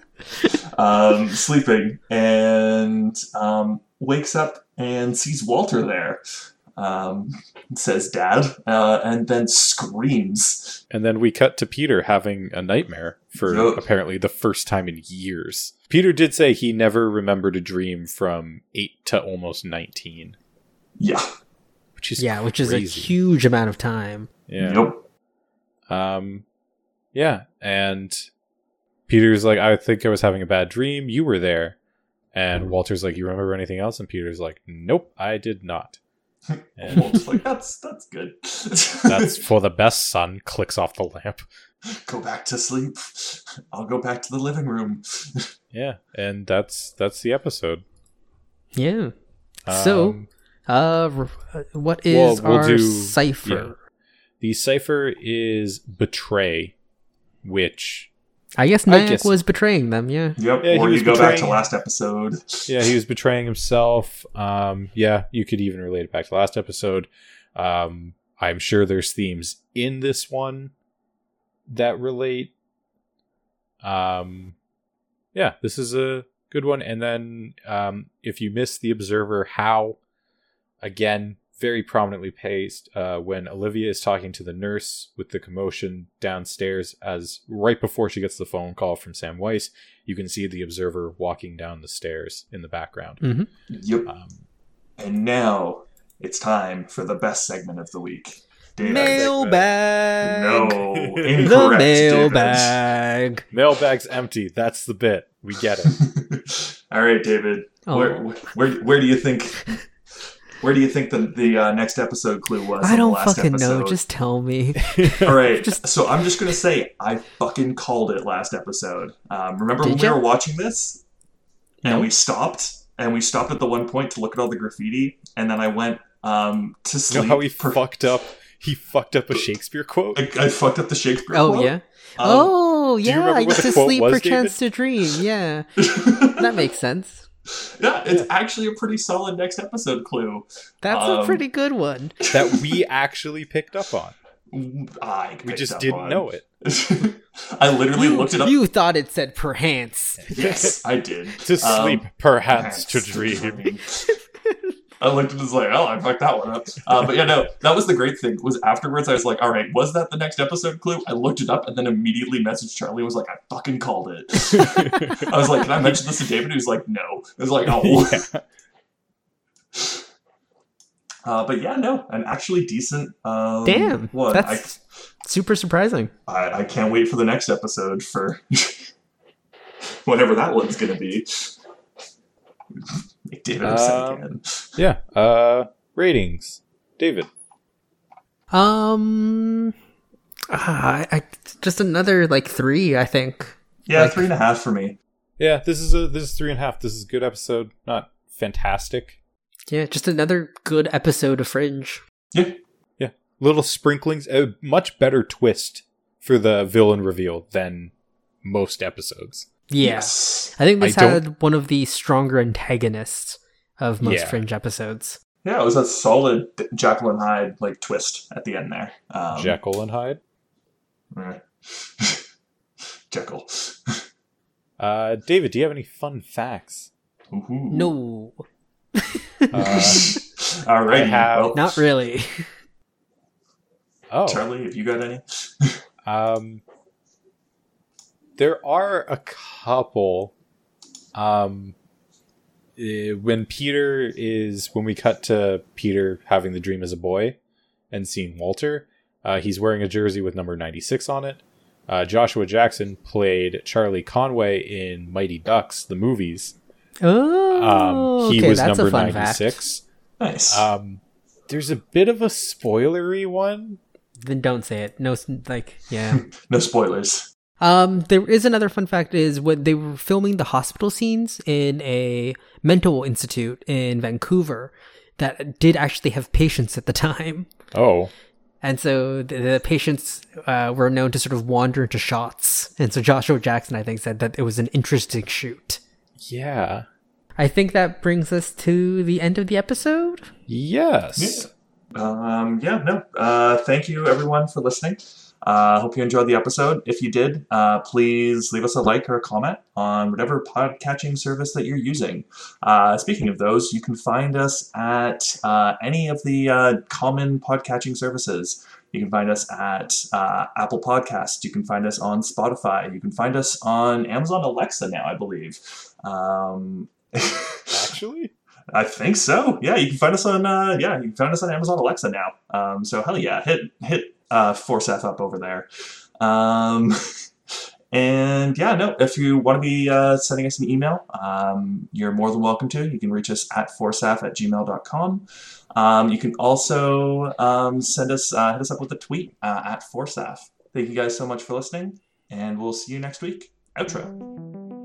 A: (laughs)
C: um, sleeping and um, wakes up and sees Walter there. Um, says dad, uh, and then screams.
A: and then we cut to peter having a nightmare for
C: Yup.
A: apparently the first time in years peter did say he never remembered a dream from 8 to almost 19
C: Yeah.
A: which is
B: Yeah, which is a
A: crazy.
B: huge amount of time.
A: yeah
C: Nope.
A: Um, yeah, and Peter's like, I think I was having a bad dream. You were there, and Walter's like, you remember anything else? And Peter's like, Nope, I did not. And
C: Walter's like, that's that's good.
A: that's for the best. Son clicks off the lamp.
C: go back to sleep. I'll go back to the living room.
A: Yeah, and that's that's the episode.
B: Yeah. So-
A: Um,
B: Uh, r- what
A: Well,
B: is
A: we'll
B: our
A: do-
B: cipher?
A: the cipher is betray, which
B: I guess
A: I
B: Nyack
A: guess-
B: was betraying them. Yeah.
C: Yep.
A: Yeah, he
C: or
A: was
C: you go back to
A: betraying-
C: last episode.
A: yeah he was betraying himself um yeah you could even relate it back to last episode um i'm sure there's themes in this one that relate um yeah this is a good one and then um if you miss the observer how again very prominently paced uh, when olivia is talking to the nurse with the commotion downstairs as right before she gets the phone call from sam weiss you can see the observer walking down the stairs in the background
C: Yep.
A: um,
C: And now it's time for the best segment of the week. David.
B: Mailbag. (laughs)
C: No, incorrect.
B: The
C: David.
B: mailbag.
A: mailbag's empty that's the bit we get it
C: (laughs) All right, David. Where,
B: Oh,
C: where where do you think where do you think the the uh, next episode clue was? in
B: I
C: the
B: don't
C: last
B: fucking know.
C: episode?
B: Just tell
A: (laughs)
B: me.
C: all right.
B: just-
C: So I'm just gonna say I fucking called it last episode. Um, remember when
B: Did
C: we
B: ya?
C: were watching this and
B: No.
C: we stopped and we stopped at the one point to look at all the graffiti and then I went um, to
A: you
C: sleep.
A: know how he
C: per-
A: fucked up he fucked up a shakespeare quote
C: I, I fucked up the Shakespeare.
B: Oh
C: quote.
B: yeah.
C: Um,
B: oh
A: you
B: yeah.
A: remember
B: I
A: what
B: used
A: the
B: to
A: quote
B: sleep
A: was,
B: for chance to dream. Yeah, that makes sense.
C: (laughs) yeah, it's actually a pretty solid next episode clue.
B: That's a
C: Um,
B: pretty good one.
A: that we actually picked up on
C: I
A: we just didn't know it
C: it. (laughs) I literally
B: You,
C: looked it up.
B: you thought it said perhance.
C: Yes, I did.
A: to sleep perhaps to
C: Um, Perhaps
A: dream
C: (laughs) I looked at it as like, oh, I fucked that one up. Uh, but yeah, no, that was the great thing. Was afterwards I was like, all right, was that the next episode clue? I looked it up and then immediately messaged Charlie. and Was like, I fucking called
A: (laughs)
C: it. (laughs) I was like, can I mention this to David? He was like, no. I was like, oh.
A: (laughs) yeah.
C: Uh, but yeah, no, an actually decent. Um,
B: Damn,
C: one.
B: that's- Super surprising.
C: I, I I can't wait for the next episode for (laughs) whatever that one's gonna be. Make David upset
A: Um,
C: again.
A: yeah uh ratings david
B: Um, ah, I, I just another like three. I think.
C: Yeah,
B: like-
C: three and a half for me.
A: yeah this is a this is three and a half this is a good episode not fantastic
B: Yeah, just another good episode of Fringe.
C: Yeah,
A: little sprinklings a much better twist for the villain reveal than most episodes
B: Yeah.
C: Yes.
B: I think
A: I
B: this
A: don't-
B: had one of the stronger antagonists of most
A: Yeah.
B: Fringe episodes.
C: Yeah, it was a solid Jacqueline Hyde like twist at the end there. Um,
A: jekyll and hyde
C: eh. (laughs) Jekyll.
A: Uh, David, do you have any fun
B: (laughs)
A: facts?
C: Ooh.
B: No,
A: Uh,
C: (laughs) All right.
A: have-
C: Well,
B: not really.
A: oh,
C: Charlie, have you got any?
A: um, there are a couple. Um, eh, when Peter is when we cut to Peter having the dream as a boy and seeing Walter, Uh, he's wearing a jersey with number 96 on it. Uh, Joshua Jackson played Charlie Conway in Mighty Ducks, the movies.
B: Oh,
A: Um, he
B: okay,
A: was
B: that's
A: number
B: a fun fact.
A: 96.
C: Nice.
A: Um, there's a bit of a spoilery one.
B: Then don't say it. No, s- like, yeah.
C: no spoilers.
B: um, there is another fun fact: is when they were filming the hospital scenes in a mental institute in Vancouver that did actually have patients at the time. (laughs)
A: Oh,
B: And so the, the patients uh, were known to sort of wander into shots. And so Joshua Jackson, I think, said that it was an interesting shoot.
A: yeah.
B: I think that brings us to the end of the episode.
A: Yes.
C: Um, yeah, no. Uh, thank you, everyone, for listening. Uh, hope you enjoyed the episode. If you did, uh, please leave us a like or a comment on whatever podcatching service that you're using. Uh, speaking of those, you can find us at uh, any of the uh, common podcatching services. You can find us at uh, Apple Podcasts. You can find us on Spotify. You can find us on Amazon Alexa now, I believe. Um, (laughs)
A: Actually,
C: I think so. Yeah, you can find us on uh, yeah, you can find us on Amazon Alexa now. Um, so hell yeah, hit hit uh, force F up over there. Um, (laughs) and yeah, no, if you want to be uh, sending us an email, um, you're more than welcome to. You can reach us at forceaf at gmail.com. Um, you can also um, send us uh, hit us up with a tweet uh, at forceaf. Thank you guys so much for listening, and we'll see you next week. Outro.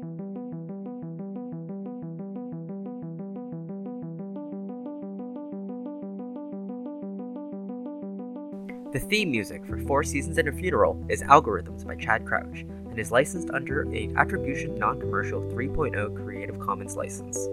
D: The theme music for Four Seasons and a Funeral is Algorithms by Chad Crouch and is licensed under an Attribution Non Commercial 3.0 Creative Commons oh license.